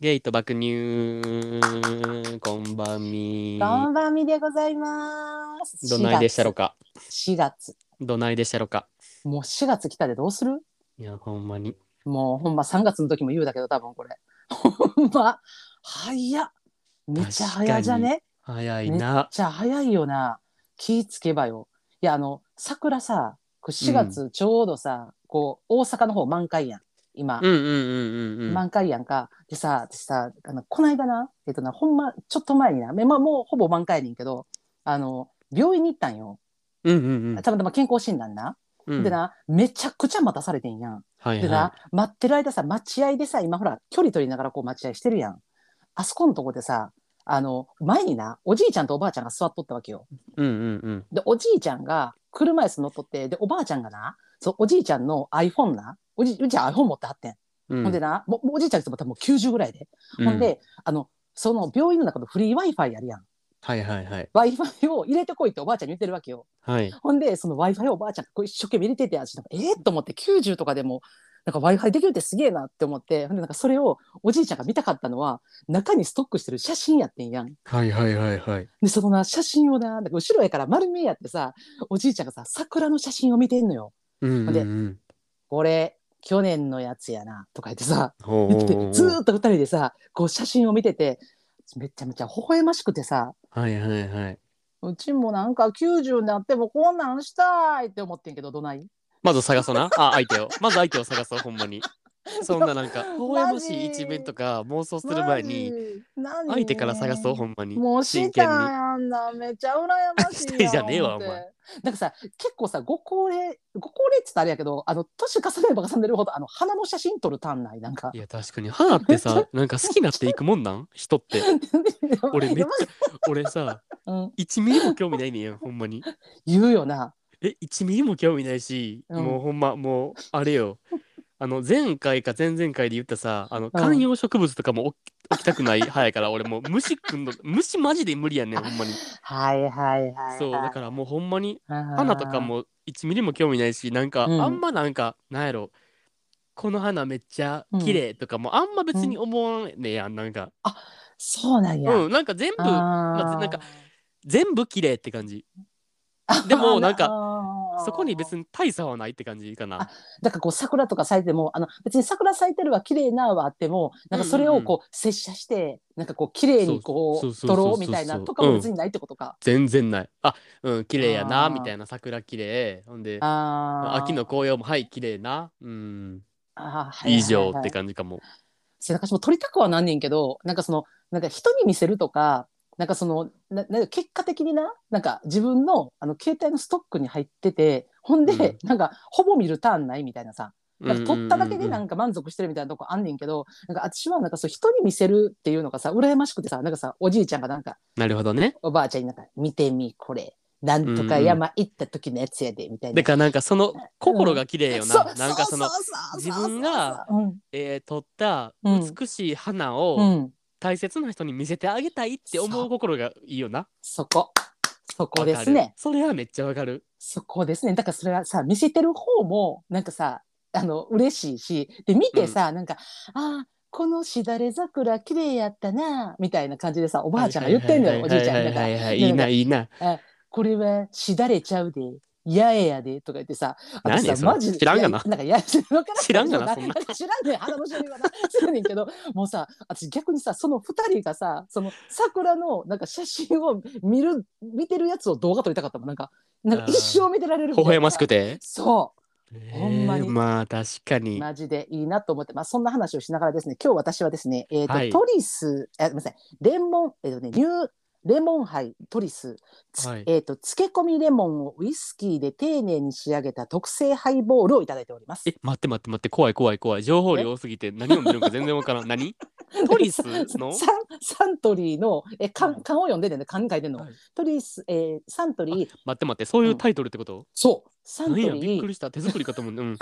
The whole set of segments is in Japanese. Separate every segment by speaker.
Speaker 1: ゲイと爆乳、こんばんみ。
Speaker 2: こんばんみでございます。
Speaker 1: どないでしたろ
Speaker 2: う
Speaker 1: か。
Speaker 2: ?4 月。
Speaker 1: どないでしたろか。
Speaker 2: もう4月来たでどうする
Speaker 1: いや、ほんまに。
Speaker 2: もうほんま3月の時も言うだけど多分これ。 ほんま、早っ。めっちゃ早じゃねめっ
Speaker 1: 早いな。
Speaker 2: ちゃ早いよな。気ぃつけばよ。いや、あの、桜さ、4月ちょうどさ、こう、大阪の方満開やん。今
Speaker 1: う、んうんうんうんうん。
Speaker 2: 満開やんか。でさ、私さ、あの、こないだな、えっとな、ほんま、ちょっと前にな、まあもうほぼ満開やねんけど、あの、病院に行ったんよ。
Speaker 1: うんうん
Speaker 2: たまたま健康診断な。
Speaker 1: うん。
Speaker 2: でな、めちゃくちゃ待たされてんやん。
Speaker 1: うん。はい
Speaker 2: で
Speaker 1: は
Speaker 2: な、待ってる間さ、待合でさ、今ほら、距離取りながらこう待合してるやん。あそこのとこでさ、あの、前にな、おじいちゃんとおばあちゃんが座っとったわけよ。
Speaker 1: い。うんうん
Speaker 2: で、おじいちゃんが車椅子乗っとって、で、おばあちゃんがな、そう、おじいちゃんの iPhone な、おじうちは iPhone 持ってはってん。
Speaker 1: うん。
Speaker 2: ほんでな、もうもうおじいちゃんっても多分90ぐらいで。
Speaker 1: う、
Speaker 2: ほんで、あの、その病院の中のフリー Wi-Fi やるやん。
Speaker 1: はいはいはい。
Speaker 2: Wi-Fi を入れてこいっておばあちゃんに言ってるわけよ。
Speaker 1: はい。
Speaker 2: ほんで、その Wi-Fi をおばあちゃんがこう一生懸命入れてて、私なんか、えー、と思って、90とかでも、なんか Wi-Fi できるってすげえなって思って、ほんで、なんかそれをおじいちゃんが見たかったのは、中にストックしてる写真やってんやん。
Speaker 1: はいはいはいはい。
Speaker 2: で、そのな、写真をな、なんか後ろやから丸見えやってさ、おじいちゃんがさ、桜の写真を見てんのよ。
Speaker 1: うんうんう
Speaker 2: ほ
Speaker 1: ん。
Speaker 2: これ、去年のやつやな、とか言ってさ、
Speaker 1: ほう
Speaker 2: 言
Speaker 1: ほ
Speaker 2: っ
Speaker 1: う
Speaker 2: て
Speaker 1: ほう
Speaker 2: てずーっと二人でさ、こう写真を見てて、めちゃめちゃ微笑ましくてさ、
Speaker 1: はいはいはい。
Speaker 2: うちもなんか90になってもこんなんしたいって思ってんけど、どない
Speaker 1: まず探そうな。あ、相手を。まず相手を探そう、ほんまに。そんななんか、微笑ましい一面とか妄想する前に、
Speaker 2: マジ、
Speaker 1: 相手から探そう、ほんまに。
Speaker 2: もう
Speaker 1: 真
Speaker 2: し
Speaker 1: 剣
Speaker 2: た
Speaker 1: に。
Speaker 2: やんな、めちゃ羨ましいやん。
Speaker 1: したいじゃねえわ
Speaker 2: 思
Speaker 1: お
Speaker 2: って
Speaker 1: 前。
Speaker 2: なんかさ、結構さ、ご高齢、ご高齢って言ったらあれやけど、あの、年重ねれば重ねるほど、あの、花の写真撮る単内、なん か
Speaker 1: い。や確かに花って さなんか好きになっていくもんなん人って俺めっちゃ 俺さ
Speaker 2: うん
Speaker 1: 1ミリも興味ないねんやほんまに
Speaker 2: 言うよな。
Speaker 1: え1ミリも興味ないし、
Speaker 2: うん
Speaker 1: もうほんまもうあれよあの前回か前々回で言ったさあの
Speaker 2: うん
Speaker 1: 観葉植物とかも置き置きたくない派やから俺もう虫くんの虫マジで無理やねんほんまに
Speaker 2: はいはいはいはい。
Speaker 1: そうだからもうほんまに
Speaker 2: ら、
Speaker 1: 花とか。も1ミリも興味ないしなんか
Speaker 2: うん
Speaker 1: あんまなんか、なんやろこの花めっちゃ綺麗とかもあんま別に思わんねやんなんか
Speaker 2: そうなんや。
Speaker 1: うんなんか全部
Speaker 2: あ
Speaker 1: まあ
Speaker 2: ー
Speaker 1: なんか全部綺麗って感じでもなんか、そこに別
Speaker 2: に。
Speaker 1: に大差はないって感じかな
Speaker 2: あだからこう桜とか咲いてもあの別に桜咲いてるは綺麗なはあってもなんかそれをこう接写してなんかこう綺麗にこ
Speaker 1: そう
Speaker 2: う
Speaker 1: そうそ
Speaker 2: 撮
Speaker 1: う
Speaker 2: ろ
Speaker 1: そう
Speaker 2: うみたいな
Speaker 1: そう
Speaker 2: とかも別にないってことか。
Speaker 1: 全然ないあうん綺麗やな
Speaker 2: あー
Speaker 1: みたいな桜綺麗ほんで
Speaker 2: あー
Speaker 1: 秋の紅葉もはい綺麗なうん
Speaker 2: あーはい
Speaker 1: 以上
Speaker 2: はい
Speaker 1: っ
Speaker 2: は
Speaker 1: て
Speaker 2: い
Speaker 1: 感じかも
Speaker 2: そうなんか私も撮りたくはなんねんけどなんかそのなんか人に見せるとかなんかそのななんか結果的にななんか自分のあの携帯のストックに入っててほんで、なんかほぼ見るターンないみたいなさなんか取っただけでな
Speaker 1: か
Speaker 2: んか満足してるみたいなとこあんねんけど、なんか私はなんかそう人に見せるっていうのがさ羨ましくてさなんかさおじいちゃんがなんか
Speaker 1: なるほどね
Speaker 2: おばあちゃんになんか「見てみこれなんとか山行った時のやつやで」みたいな。
Speaker 1: だからなんかその心が綺麗よな、
Speaker 2: そう
Speaker 1: なんかその
Speaker 2: ううそう
Speaker 1: 自分が
Speaker 2: うん
Speaker 1: えー、撮った
Speaker 2: うん
Speaker 1: 美しい花
Speaker 2: う
Speaker 1: を
Speaker 2: ん、
Speaker 1: 大切な人に見せてあげたいって思
Speaker 2: そうう
Speaker 1: 心がいいよな。
Speaker 2: そこそこで
Speaker 1: わか
Speaker 2: す
Speaker 1: る
Speaker 2: ね。
Speaker 1: それはめっちゃわかる。
Speaker 2: そこですねだからそれはさ見せてる方もなんかさあの嬉しいしで見てさ、なんか「あーこのしだれ桜綺麗やったな」みたいな感じでさおばあちゃんが言ってんのよおじいちゃんに
Speaker 1: は
Speaker 2: なん
Speaker 1: い
Speaker 2: か
Speaker 1: はいはいはいは
Speaker 2: な
Speaker 1: い
Speaker 2: んか
Speaker 1: いいいな
Speaker 2: これはしだれちゃうで、やえやでとか言ってさ、
Speaker 1: 何
Speaker 2: 私さ
Speaker 1: それ知らんがな
Speaker 2: やなんかや知らんか
Speaker 1: 知らんがなそんな
Speaker 2: 知らんねん、花の種類はな。 知らんねんけど、もうさ、私逆にさ、その二人がさ、その桜のなんか写真を見る、見てるやつを動画撮りたかったもん。なんか、なんか一生見てられる
Speaker 1: 微
Speaker 2: みたいな
Speaker 1: 笑ましくて。
Speaker 2: そ ほんまに
Speaker 1: えーまあ確か
Speaker 2: う、
Speaker 1: に。
Speaker 2: マジでいいなと思って、まあそんな話をしながらですね、今日私はですね、えっ、と、
Speaker 1: はい
Speaker 2: トリス、あ、ごめんなさい、レモン、えっ、とね、ニューレモンハイトリスつ
Speaker 1: はい
Speaker 2: えー、と漬け込みレモンをウイスキーで丁寧に仕上げた特製ハイボールをいただいております
Speaker 1: え。待って待って待って怖い怖い怖い情報量多すぎて何を見るのか全然わからん何トリスの
Speaker 2: サンサントリーのえ缶
Speaker 1: はい
Speaker 2: 缶を読んでてね缶に書いてんの、
Speaker 1: はい
Speaker 2: トリス、えーサントリー
Speaker 1: 待って待ってそういうタイトルってこと、
Speaker 2: そうサント
Speaker 1: 何やびっ
Speaker 2: リ
Speaker 1: く
Speaker 2: ー
Speaker 1: りした手作りかと思う、 うん、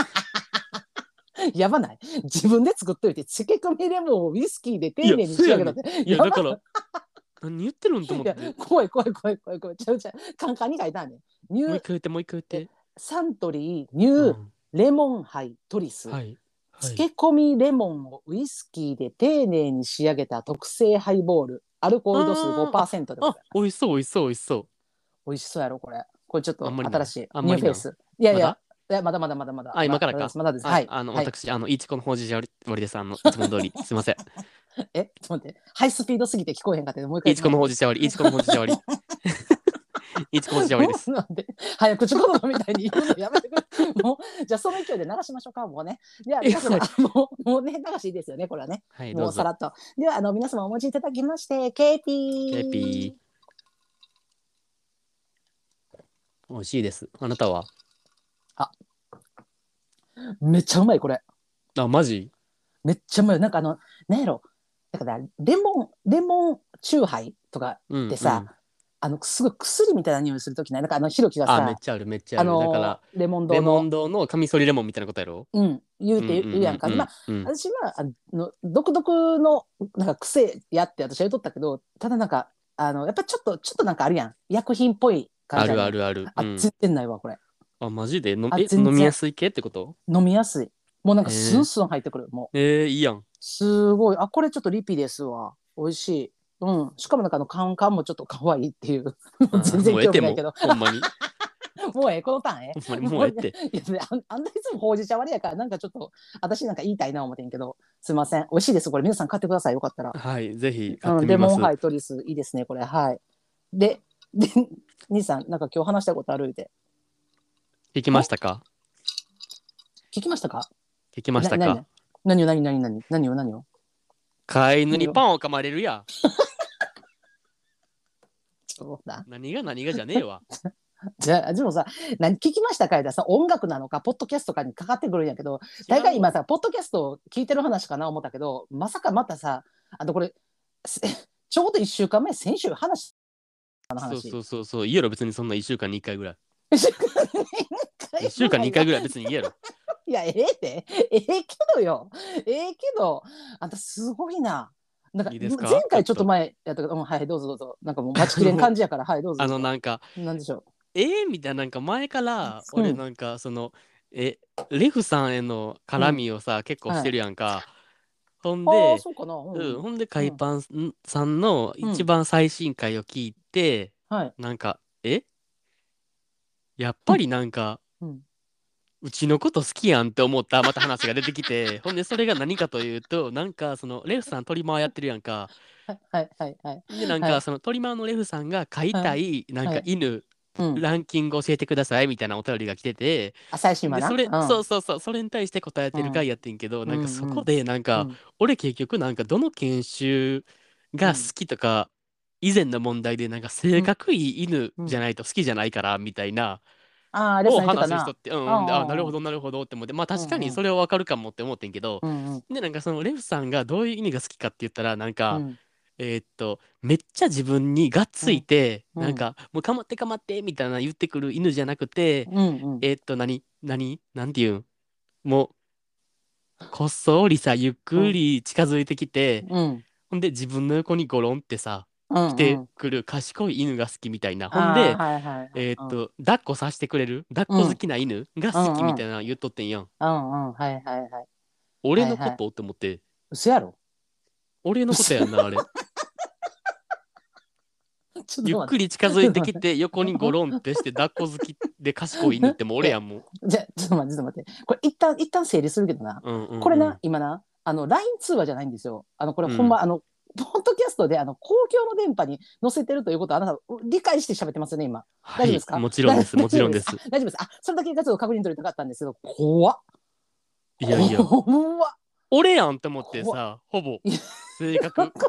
Speaker 2: やばない自分で作っといて漬け込みレモンをウイスキーで丁寧に仕上げたって
Speaker 1: いや
Speaker 2: ば
Speaker 1: だから何言ってるんと思って
Speaker 2: い
Speaker 1: も
Speaker 2: や怖い怖い怖い怖い怖いちゃうちゃうカンカンに書いたんねニ
Speaker 1: う
Speaker 2: ュ
Speaker 1: 一回
Speaker 2: ー
Speaker 1: 言ってもう一回言って、
Speaker 2: サントリーニュ
Speaker 1: う
Speaker 2: ー
Speaker 1: ん
Speaker 2: レモンハイトリス、
Speaker 1: はいい
Speaker 2: 漬け込みレモンをウイスキーで丁寧に仕上げた特製ハイボールアルコール度数5%でございま
Speaker 1: あ
Speaker 2: す、
Speaker 1: 美味しそう、美味しそう、美味しそ
Speaker 2: 美味しそうやろこれこれちょっと
Speaker 1: あんまりない
Speaker 2: 新しい
Speaker 1: あん
Speaker 2: ニ
Speaker 1: ま
Speaker 2: ュー
Speaker 1: りな
Speaker 2: フ
Speaker 1: い
Speaker 2: ェイスいやい
Speaker 1: ま
Speaker 2: や
Speaker 1: だ
Speaker 2: いやまだまだまだまだ
Speaker 1: あ今からか
Speaker 2: まだですまだです
Speaker 1: う。
Speaker 2: はい
Speaker 1: あの、
Speaker 2: はい
Speaker 1: 私、あの、いちこのほうじじゃ終わりです。あの、いつも通り、すいません。
Speaker 2: えちょっと待ってハイスピードすぎて聞こえへんかったけどもう一回
Speaker 1: いちこのほうじじゃ終わり、いちこのほうじじゃ 終わり。いちこのほうじじゃ終わりです。
Speaker 2: もうなんで早口言葉みたいに言うのやめてくれもうじゃあその勢いで流しましょうかもうねじゃあ皆様
Speaker 1: いや
Speaker 2: もうもうね流していいですよねこれはね
Speaker 1: はい、ど
Speaker 2: も
Speaker 1: う
Speaker 2: うさ
Speaker 1: ぞ。
Speaker 2: らっとではあの皆様お持ちいただきましてケーピー
Speaker 1: ケーピー。美味しいです。あなたは
Speaker 2: めっちゃうまいこれ
Speaker 1: あ、マジ
Speaker 2: めっちゃうまいなんかあのなんやろだからレモンレモンチューハイとか
Speaker 1: うん。
Speaker 2: でさあのすごい薬みたいな匂いするときないなんかあのひろき
Speaker 1: う
Speaker 2: が
Speaker 1: ん、あ、めっ
Speaker 2: さ
Speaker 1: ちゃある、めっちゃ
Speaker 2: あ
Speaker 1: ある。だ
Speaker 2: の
Speaker 1: から、
Speaker 2: レモン
Speaker 1: レ
Speaker 2: 堂
Speaker 1: モ
Speaker 2: の
Speaker 1: ン堂のカミソリレモンみたいなことやろ
Speaker 2: うん言うて
Speaker 1: ん
Speaker 2: 言うやんか、
Speaker 1: う
Speaker 2: でまあ
Speaker 1: うん
Speaker 2: 私はあの独特のなんか癖やって私は言うとったけどただなんかあのやっぱちょっとちょっとなんかあるやん薬品っぽい感
Speaker 1: あ
Speaker 2: じやん
Speaker 1: るあるある。
Speaker 2: あ
Speaker 1: うん
Speaker 2: 全然ないわこれ
Speaker 1: あ、マジでの
Speaker 2: あ
Speaker 1: え
Speaker 2: 全然
Speaker 1: 飲みやすい系ってこと
Speaker 2: 飲みやすいもうなんか
Speaker 1: へえ
Speaker 2: スンスン入ってくる、もう
Speaker 1: えー、いいやん。
Speaker 2: すごいあこれちょっとリピですわ美味しいうんしかもなんかあのカンカンもちょっと可愛いっていう 全然
Speaker 1: もう
Speaker 2: 興
Speaker 1: 得て
Speaker 2: 味ない
Speaker 1: も
Speaker 2: けど、
Speaker 1: ほんまに。
Speaker 2: もうええこのターンええ
Speaker 1: ほん まに、もうええって。
Speaker 2: いやであんあんないつもほうじ茶割りやからなんかちょっと私なんか言いたいな思ってんけどすいません美味しいですこれ皆さん買ってくださいよかったら
Speaker 1: はい、ぜひ買っ
Speaker 2: う
Speaker 1: て
Speaker 2: ん、レ
Speaker 1: みま
Speaker 2: モ
Speaker 1: す。
Speaker 2: ンハイトリスいいですねこれはいで で兄さんなんか今日話したいことあるって
Speaker 1: 聞きましたか
Speaker 2: 聞きましたか
Speaker 1: 聞きましたか
Speaker 2: な何を何を何を何を何を何を
Speaker 1: 飼い犬にパンを噛まれるや。
Speaker 2: ちょっとな
Speaker 1: 何が何がじゃねえわ。
Speaker 2: じゃあでもさ何聞きましたかってさ音楽なのかポッドキャストかにかかってくるんやけど 大概今さポッドキャストを聞いてる話かな思ったけどまさかまたさあとこれせちょうど1週間前先週話しの
Speaker 1: そう
Speaker 2: 話
Speaker 1: そうそうそう。いいやろ、別にそんな1週間に1回ぐらい。1
Speaker 2: 1
Speaker 1: 週間に1回ぐらい別にいいやろ。
Speaker 2: いや、ええって。ええけどよ。ええけど、あんたすごいな。なんか
Speaker 1: いいですか
Speaker 2: 前回ちょっと前やったけど、うん、はい、どうぞどうぞ。なんかもう待ちきれん感じやから、はい、どう ぞ。
Speaker 1: あの、なんか、
Speaker 2: なんでしょ
Speaker 1: ええみたいな、なんか前から、
Speaker 2: うん
Speaker 1: 俺なんか、その、え、レフさんへの絡みをさ、結構してるやんか。ほん
Speaker 2: う。ああ、
Speaker 1: で、
Speaker 2: そうかな。うん
Speaker 1: うん、ほんで、海パンさんの一番最新回を聞いて、
Speaker 2: はい。
Speaker 1: なんか、えやっぱりなんか、
Speaker 2: うん
Speaker 1: うちのこと好きやんって思ったまた話が出てきてほんでそれが何かというとなんかそのレフさんトリマーやってるやんか
Speaker 2: はい、はい、はい。はい
Speaker 1: でなん
Speaker 2: は
Speaker 1: か
Speaker 2: い
Speaker 1: そのトリマーのレフさんが飼いた
Speaker 2: はい
Speaker 1: なん
Speaker 2: は
Speaker 1: か
Speaker 2: い
Speaker 1: 犬
Speaker 2: うん、
Speaker 1: ランキング教えてくださいみたいなお便りが来てて
Speaker 2: あ、最新
Speaker 1: で
Speaker 2: 話な。
Speaker 1: それ
Speaker 2: うん、
Speaker 1: そううそうそうそれに対して答えてる回やってんけどなんかそ
Speaker 2: うんう
Speaker 1: こ
Speaker 2: ん
Speaker 1: でなんか
Speaker 2: ん
Speaker 1: 俺結局なんかどの研修が好きとか以前の問題でなんか性格いい犬じゃないと好きじゃないからみたいな
Speaker 2: ああ、レッ
Speaker 1: を
Speaker 2: スン言って
Speaker 1: 話
Speaker 2: た
Speaker 1: す
Speaker 2: な
Speaker 1: 人っ。てうんうん
Speaker 2: うんうんうん
Speaker 1: あなるほどなるほどって思ってまあ確か
Speaker 2: うんう
Speaker 1: に
Speaker 2: ん
Speaker 1: それはわかるかもって思ってんけど
Speaker 2: うん、うん。
Speaker 1: でなんかそのレフさんがどういう意味が好きかって言ったらなんか、
Speaker 2: うん
Speaker 1: えーっとめっちゃ自分にがっついて、
Speaker 2: うん
Speaker 1: なんかもうかまってかまってみたいな言ってくる犬じゃなくて、
Speaker 2: うん、うん。
Speaker 1: えーっと何何なんていうんもうこっそりさゆっくり近づいてきて、
Speaker 2: うん、
Speaker 1: ほんで自分の横にゴロンってさ
Speaker 2: うん。
Speaker 1: 来て
Speaker 2: うん
Speaker 1: くる賢い犬が好きみたいな、ほん
Speaker 2: あ
Speaker 1: で
Speaker 2: ーはい、はい。
Speaker 1: えーっ、と、抱っこさせてくれる抱っこ好きな犬が好きみたいなの言っとってんやん。
Speaker 2: うん、うん、はい、はい、はい。
Speaker 1: 俺の
Speaker 2: は
Speaker 1: こ
Speaker 2: い
Speaker 1: と、
Speaker 2: はい
Speaker 1: って思って、
Speaker 2: 嘘やろ。
Speaker 1: 俺のことやんな、あれ。
Speaker 2: ちょ っ
Speaker 1: ゆ
Speaker 2: と
Speaker 1: っ
Speaker 2: 待
Speaker 1: く
Speaker 2: って。
Speaker 1: り近づいてき て、横にゴロンってして、抱っこ好きで賢い犬ってもう俺やん、 も
Speaker 2: じゃ、ちょっと待って、ちょっと待って。これ一旦、一旦整理するけどな。
Speaker 1: う。うんうんうん
Speaker 2: これな、。今な、あの、LINE 通話じゃないんですよ。あの、これ
Speaker 1: うん
Speaker 2: ほんま、あの、ポッドキャストで、あの、公共の電波に載せてるということをあなた、う理解して喋ってますよね、今。
Speaker 1: は
Speaker 2: 大
Speaker 1: い
Speaker 2: 丈夫ですか、
Speaker 1: もちろんです、もちろん です。
Speaker 2: 大丈夫です。あ、それだけがちょっと確認取りたかったんですけど、怖っ。
Speaker 1: いやいや、
Speaker 2: 怖っ。
Speaker 1: 俺やんって思ってさ、ほぼ、性 格。
Speaker 2: ち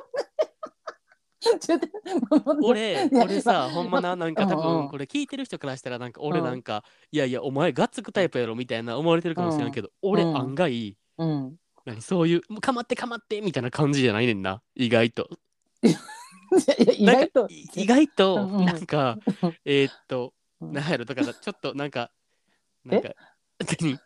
Speaker 2: ょっと待って
Speaker 1: 俺、
Speaker 2: いや
Speaker 1: 俺さ、ほんまな、なんか多
Speaker 2: うんう
Speaker 1: 分、
Speaker 2: ん
Speaker 1: これ聞いてる人からしたら、なんか俺なんか、いやいや、お前がっつくタイプやろみたいな思われてるかもしれんけど、俺
Speaker 2: うん
Speaker 1: 案外、
Speaker 2: うん。
Speaker 1: 何そういう、もうかまってかまってみたいな感じじゃないねんな、意外と。
Speaker 2: いやいや意
Speaker 1: なんか
Speaker 2: 外と。
Speaker 1: い意外と、
Speaker 2: うんうん
Speaker 1: なんか、えーっと、
Speaker 2: うん
Speaker 1: なんやろ、だからちょっとなんか、なんか、に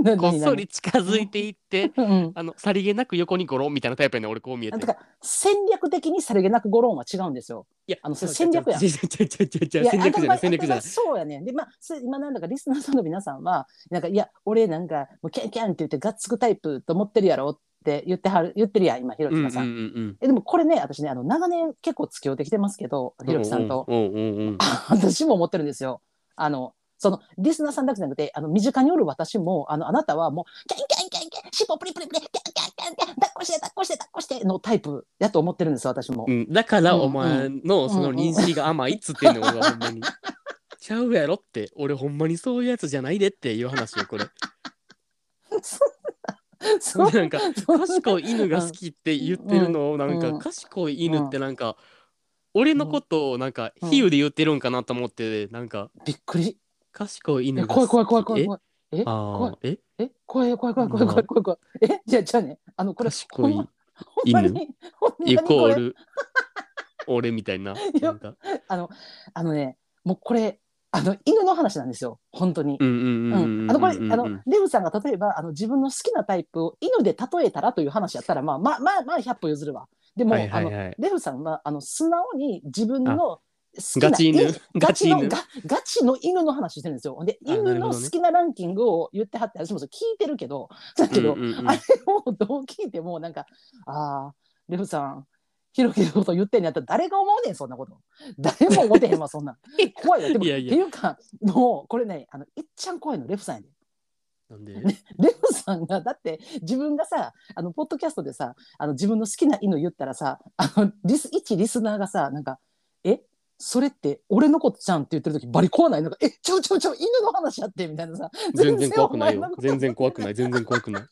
Speaker 2: 何
Speaker 1: こっそり近づいていって、
Speaker 2: 何うん。
Speaker 1: あの、さりげなく横にゴロンみたいなタイプやねん俺こう見え
Speaker 2: な
Speaker 1: て
Speaker 2: ん。か戦略的にさりげなくゴロンは違うんですよ。
Speaker 1: いや、
Speaker 2: あのそれ戦略や
Speaker 1: 違う違う違う違う違う違う戦略じゃない、戦略じゃ
Speaker 2: あんたがあんたが
Speaker 1: ない。
Speaker 2: そうやねん。で、まあ、す今なんだかリスナーさんの皆さんは、なんか、いや、俺なんか、もうキャンキャンって言ってがっつくタイプと思ってるやろって言ってはる、言ってるやん、今、ひろ
Speaker 1: うん
Speaker 2: き
Speaker 1: うん
Speaker 2: がさん。
Speaker 1: うん
Speaker 2: え、でもこれね、私ね、あの、長年結構付き合ってきてますけど、
Speaker 1: うん。
Speaker 2: ひろきさんと。
Speaker 1: うんうんうんうん。
Speaker 2: 私も思ってるんですよ。あの、その、リスナーさんだけじゃなくて、あの、身近におる私も、あの、あなたはもう、キャンキャンキャンキャン、尻尾プリプリプリ、キャンキャンキャンキャン、抱っこして、抱っこして、抱っこして、のタイプやと思ってるんですよ、私も
Speaker 1: う。ん、だから
Speaker 2: うん
Speaker 1: お前のその認識が甘いっつってんの俺はほんまに。ちゃうやろって俺ほんまにそういうやつじゃないでっていう話よこれ。
Speaker 2: そう
Speaker 1: なんか
Speaker 2: そんな
Speaker 1: 賢い犬が好きって言ってるのをなん
Speaker 2: う
Speaker 1: か
Speaker 2: ん
Speaker 1: 賢い犬ってなんか俺のことをなんか
Speaker 2: うん
Speaker 1: 比喩で言ってるんかなと思ってなんか
Speaker 2: びっくり。
Speaker 1: 賢い
Speaker 2: え
Speaker 1: 犬が
Speaker 2: 怖い怖い怖い怖い
Speaker 1: え
Speaker 2: 怖い。え怖
Speaker 1: あ
Speaker 2: い
Speaker 1: あえ
Speaker 2: え怖い怖い怖い怖い怖い怖い怖い。えじゃあじゃあねあのこれ
Speaker 1: 賢い
Speaker 2: ほんまにほんまに
Speaker 1: イコ
Speaker 2: こ
Speaker 1: ー
Speaker 2: れ
Speaker 1: ル俺みたいな。
Speaker 2: や
Speaker 1: なんか
Speaker 2: あのあのねもうこれあの犬の話なんですよ本当に。
Speaker 1: うんうんう
Speaker 2: う
Speaker 1: んうんうんん。
Speaker 2: あのこれあ
Speaker 1: うんうん
Speaker 2: のデブさんが例えばあの自分の好きなタイプを犬で例えたらという話やったらまあまあまあまあ100歩譲るわ。でも、
Speaker 1: はいはい
Speaker 2: あの
Speaker 1: はい。
Speaker 2: デブさんはあの素直に自分の好きな
Speaker 1: ガチ犬
Speaker 2: いガチの
Speaker 1: ガチ犬
Speaker 2: ガガチの犬の話してるんですよ。で
Speaker 1: あなるほど
Speaker 2: 犬
Speaker 1: ね
Speaker 2: の好きなランキングを言ってはって私もそれ聞いてるけどだけど、
Speaker 1: うんうんうん
Speaker 2: あれをどう聞いてもなんか「ああデブさんひろきのこと言ってんのやったら誰が思うねんそんなこと誰も思ってへんわ そんなん怖いよでも
Speaker 1: いやいや
Speaker 2: っていうかもうこれねあのいっちゃん怖いのレフさんやで
Speaker 1: なんで
Speaker 2: レオさんがだって自分がさあのポッドキャストでさあの自分の好きな犬言ったらさあのリス一リスナーがさなんか「えそれって俺のことじゃん」って言ってる時バリ怖ないなんか「えちょちょちょ犬の話やって」みたいなさ
Speaker 1: 全然怖くないよ
Speaker 2: お前の。こと
Speaker 1: 全然怖くない。全然怖くない。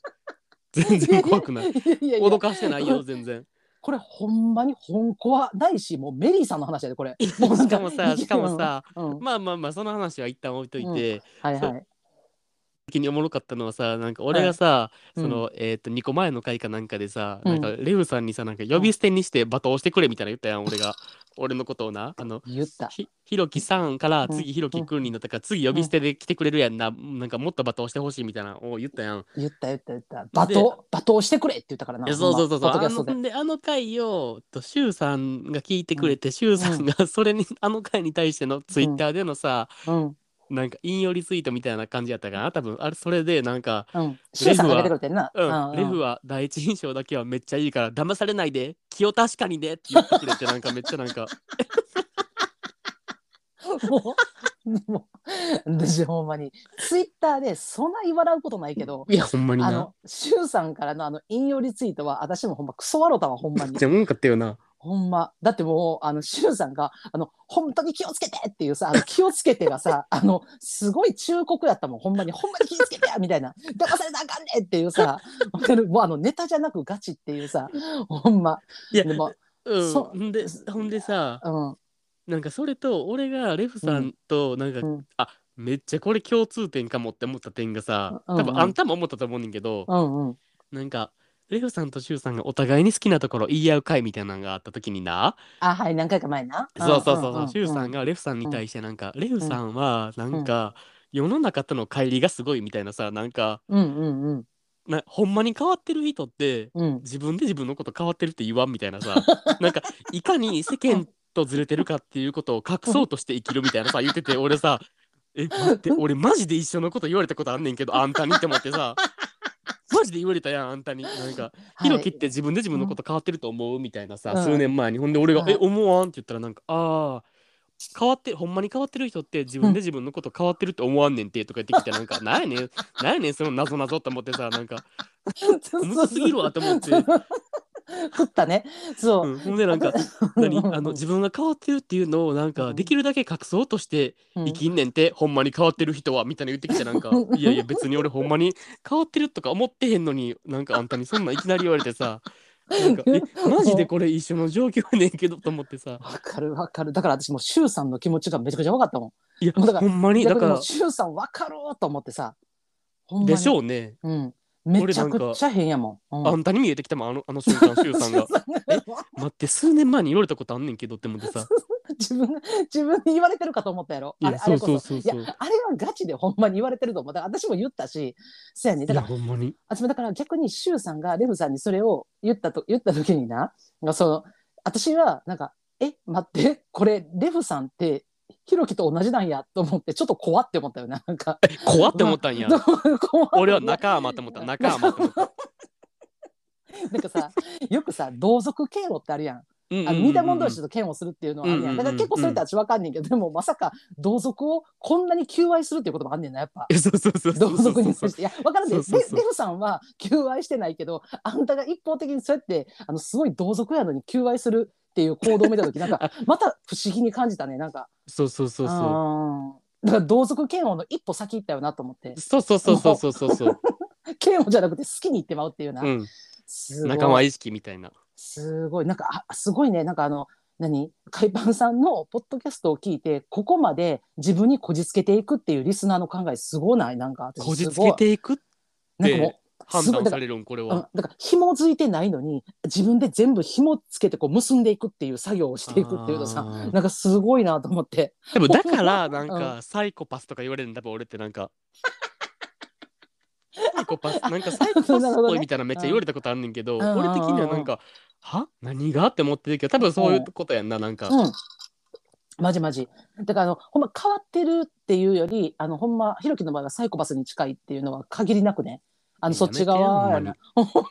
Speaker 1: 全然怖くない。
Speaker 2: いやいやいや
Speaker 1: 脅かしてないよ、全然。
Speaker 2: これほんまに本怖ないしもうメリーさんの話やでこれもうな
Speaker 1: し
Speaker 2: ん
Speaker 1: かもさ、しかも、さ、
Speaker 2: うんうん
Speaker 1: まあまあまあ、その話は一旦置いといて、
Speaker 2: はいはい
Speaker 1: 先におもろかったのはさ、なんか俺がさ、その、えっと、2個前の回かなんかでさ、
Speaker 2: う
Speaker 1: なん
Speaker 2: ん
Speaker 1: かレフさんにさ、なんか呼び捨てにして罵倒してくれみたいな言ったやん、俺 が。俺のことをな、あの、
Speaker 2: 言った
Speaker 1: ひひろきさんから
Speaker 2: うん
Speaker 1: 次ひろきくんになったから次呼び捨てで来てくれるやんな、なんかもっと罵倒してほしいみたいなのを言ったやん。
Speaker 2: 言った言った言った罵倒罵倒してくれって言ったから
Speaker 1: い
Speaker 2: な
Speaker 1: やそうそうそうそう
Speaker 2: ほんまポ
Speaker 1: あ
Speaker 2: ッドキャストで
Speaker 1: のであの回をとシュウさんが聞いてくれて、シュウさんがそれにあの回に対してのツイッターでのさ、
Speaker 2: うん
Speaker 1: なんか引用リツイートみたいな感じやったかな多分あれそれでなんか、
Speaker 2: うんシュウさんが出てくれてんな
Speaker 1: うんレフは第一印象だけはめっちゃいいから騙されないで気を確かにね」って言ってくれてなんかめっちゃなんか
Speaker 2: もう、もう、私ほんまに、ツイッターでそんなに笑うことないけど、
Speaker 1: いやほんまに
Speaker 2: あ
Speaker 1: な
Speaker 2: の、シュウさんからのあの、引用リツイートは、私もほんま、クソ笑うたわ、ほんま
Speaker 1: めっ
Speaker 2: に
Speaker 1: ち。ゃもんかったよな
Speaker 2: ほんま。だってもう、あの、シュウさんが、あの、本当に気をつけてっていうさ、あの、気をつけて がさ、あの、すごい忠告やったもん、ほんまに、ほんまに気をつけてやみたいな、騙されたらあかんねってい うさ、わかるもうあの、ネタじゃなくガチっていうさ、ほんま。
Speaker 1: いや
Speaker 2: でも、
Speaker 1: うん
Speaker 2: そ
Speaker 1: ほんでほんでさ
Speaker 2: うん、
Speaker 1: なんかそれと俺がレフさんとなんか、
Speaker 2: うん
Speaker 1: あめっちゃこれ共通点かもって思った点がさ
Speaker 2: うん
Speaker 1: 多分あんたも思ったと思うねんけど、
Speaker 2: うん、うん。
Speaker 1: なんかレフさんとシュウさんがお互いに好きなところ言い合う会みたいなのがあった時にな、
Speaker 2: あ、はい、何回か前な。
Speaker 1: そうそうそうそうシュウさん
Speaker 2: が。
Speaker 1: がレフさんに対してなんか、レフさんはなんか、世の中との乖離がすごいみたいなさなんか
Speaker 2: うん、うん、うん。
Speaker 1: なほんまに変わってる人って
Speaker 2: うん、
Speaker 1: 自分で自分のこと変わってるって言わんみたいな さなんかいかに世間とずれてるかっていうことを隠そうとして生きるみたいなさ言ってて俺さ「え待 って俺マジで一緒のこと言われたことあんねんけどあんたに」って思って さマジで言われたやんあんたになんか「ひろきって自分で自分のこと変わってると思う?」みたいなさ、
Speaker 2: うん
Speaker 1: 数年前にほんで俺が「
Speaker 2: はい
Speaker 1: え思わん」って言ったらなんか「ああ変わってほんまに変わってる人って自分で自分のこと変わってるって思わんねんて」とか言ってきてなんか「 なんやねんなんやねんその謎謎と思ってさなん かむずすぎるわと思って。
Speaker 2: 食ったね。そう。
Speaker 1: うん、ほんでなんか何あの自分が変わってるっていうのをなん
Speaker 2: う
Speaker 1: か
Speaker 2: ん
Speaker 1: できるだけ隠そうとして
Speaker 2: うん
Speaker 1: 生きんねんて、ほんまに変わってる人はみたいな言ってきてなん かいやいや別に俺ほんまに変わってるとか思ってへんのになんかあんたにそんなんいきなり言われて さなんかえマジでこれ一緒の状況やねんけどと思ってさ
Speaker 2: わかるわかる。だから私もうシュウさんの気持ちがめちゃくちゃわかったも
Speaker 1: いや
Speaker 2: もうだから
Speaker 1: ほんま
Speaker 2: ん。
Speaker 1: にだ
Speaker 2: だか
Speaker 1: からら
Speaker 2: もうシュウさんわかると思ってさ。ほんまに
Speaker 1: でしょうね、
Speaker 2: うん。めちゃくちゃ変やもん。
Speaker 1: あんたに 見えてきたもんあのあの瞬間柊さんが
Speaker 2: シュウさんが
Speaker 1: 待って数年前に言われたことあんねんけどって思ってさ
Speaker 2: 自分が自分に言われてるかと思ったやろ
Speaker 1: い
Speaker 2: あれ
Speaker 1: や、
Speaker 2: あ
Speaker 1: そ
Speaker 2: れ
Speaker 1: う
Speaker 2: こ
Speaker 1: そう
Speaker 2: そ
Speaker 1: そう
Speaker 2: いや
Speaker 1: そう。い
Speaker 2: あれはガチでほんまに言われてると思うだから私も言ったしそう やねだか
Speaker 1: や、
Speaker 2: ら
Speaker 1: ほんまに。
Speaker 2: 私もだから逆に周さんがレフさんにそれを言ったと言った時にななんかその私はなんか「え待ってこれレフさんってひろきと同じなんや」と思ってちょっと怖って思ったよななんか
Speaker 1: 怖って思ったんや
Speaker 2: ど。う怖っ
Speaker 1: 俺は仲間って思った。仲間って思 った。
Speaker 2: なんかさよくさ同族嫌悪ってあるやん
Speaker 1: うんうん
Speaker 2: あ
Speaker 1: うん
Speaker 2: の
Speaker 1: うん
Speaker 2: 似た者同士と剣をするっていうのはあるや。
Speaker 1: うんうんうんん
Speaker 2: だから結構それって私わかんねんけど、でもまさか同族をこんなに求愛するっていうこともあんねんな、やっぱ。
Speaker 1: い やそうそうそうそうそ
Speaker 2: 同
Speaker 1: う
Speaker 2: 族に接して。いや、わからんで、レ
Speaker 1: そうそうそう
Speaker 2: レフさんは求愛してないけど、あんたが一方的にそうやって、あの、すごい同族やのに求愛するっていう行動を見たとき、なん か、また不思議に感じたね、なんか。
Speaker 1: そうそうそうそ
Speaker 2: うんだから同族嫌悪の一歩先行ったよなと思って
Speaker 1: う。そうそうそうそうそうそうそう。
Speaker 2: 嫌悪じゃなくて好きに行ってまうっていうな。
Speaker 1: うん。
Speaker 2: すごい
Speaker 1: 仲間意識みたいな。
Speaker 2: すごい、なんか、あ、すごいね、なんか、あの、何、海パンさんのポッドキャストを聞いて、ここまで自分にこじつけていくっていうリスナーの考え、すごない、なんか、私
Speaker 1: こじつ
Speaker 2: すご
Speaker 1: け
Speaker 2: い
Speaker 1: ていく
Speaker 2: なんかもう
Speaker 1: 判
Speaker 2: すごい
Speaker 1: 断されるんこれ
Speaker 2: うん、
Speaker 1: は。
Speaker 2: だから紐づいてないのに自分で全部紐つけてこう結んでいくっていう作業をしていくっていうの
Speaker 1: あ
Speaker 2: さ
Speaker 1: ー
Speaker 2: なんかすごいなと思って
Speaker 1: でもだからなんかサイコパスとか言われるんだ俺ってなん か。サイコパスなんかサイコパスっぽいみたいなめっちゃ言われたことあんねんけど、
Speaker 2: うんうんうん
Speaker 1: 俺的にはなんか「は何が?」って思ってるけど多分そういうことやんななんか、
Speaker 2: うんマジマジだからあのほんま変わってるっていうよりあのほんまひろきの場合はサイコパスに近いっていうのは限りなくねあのそっち側やなほん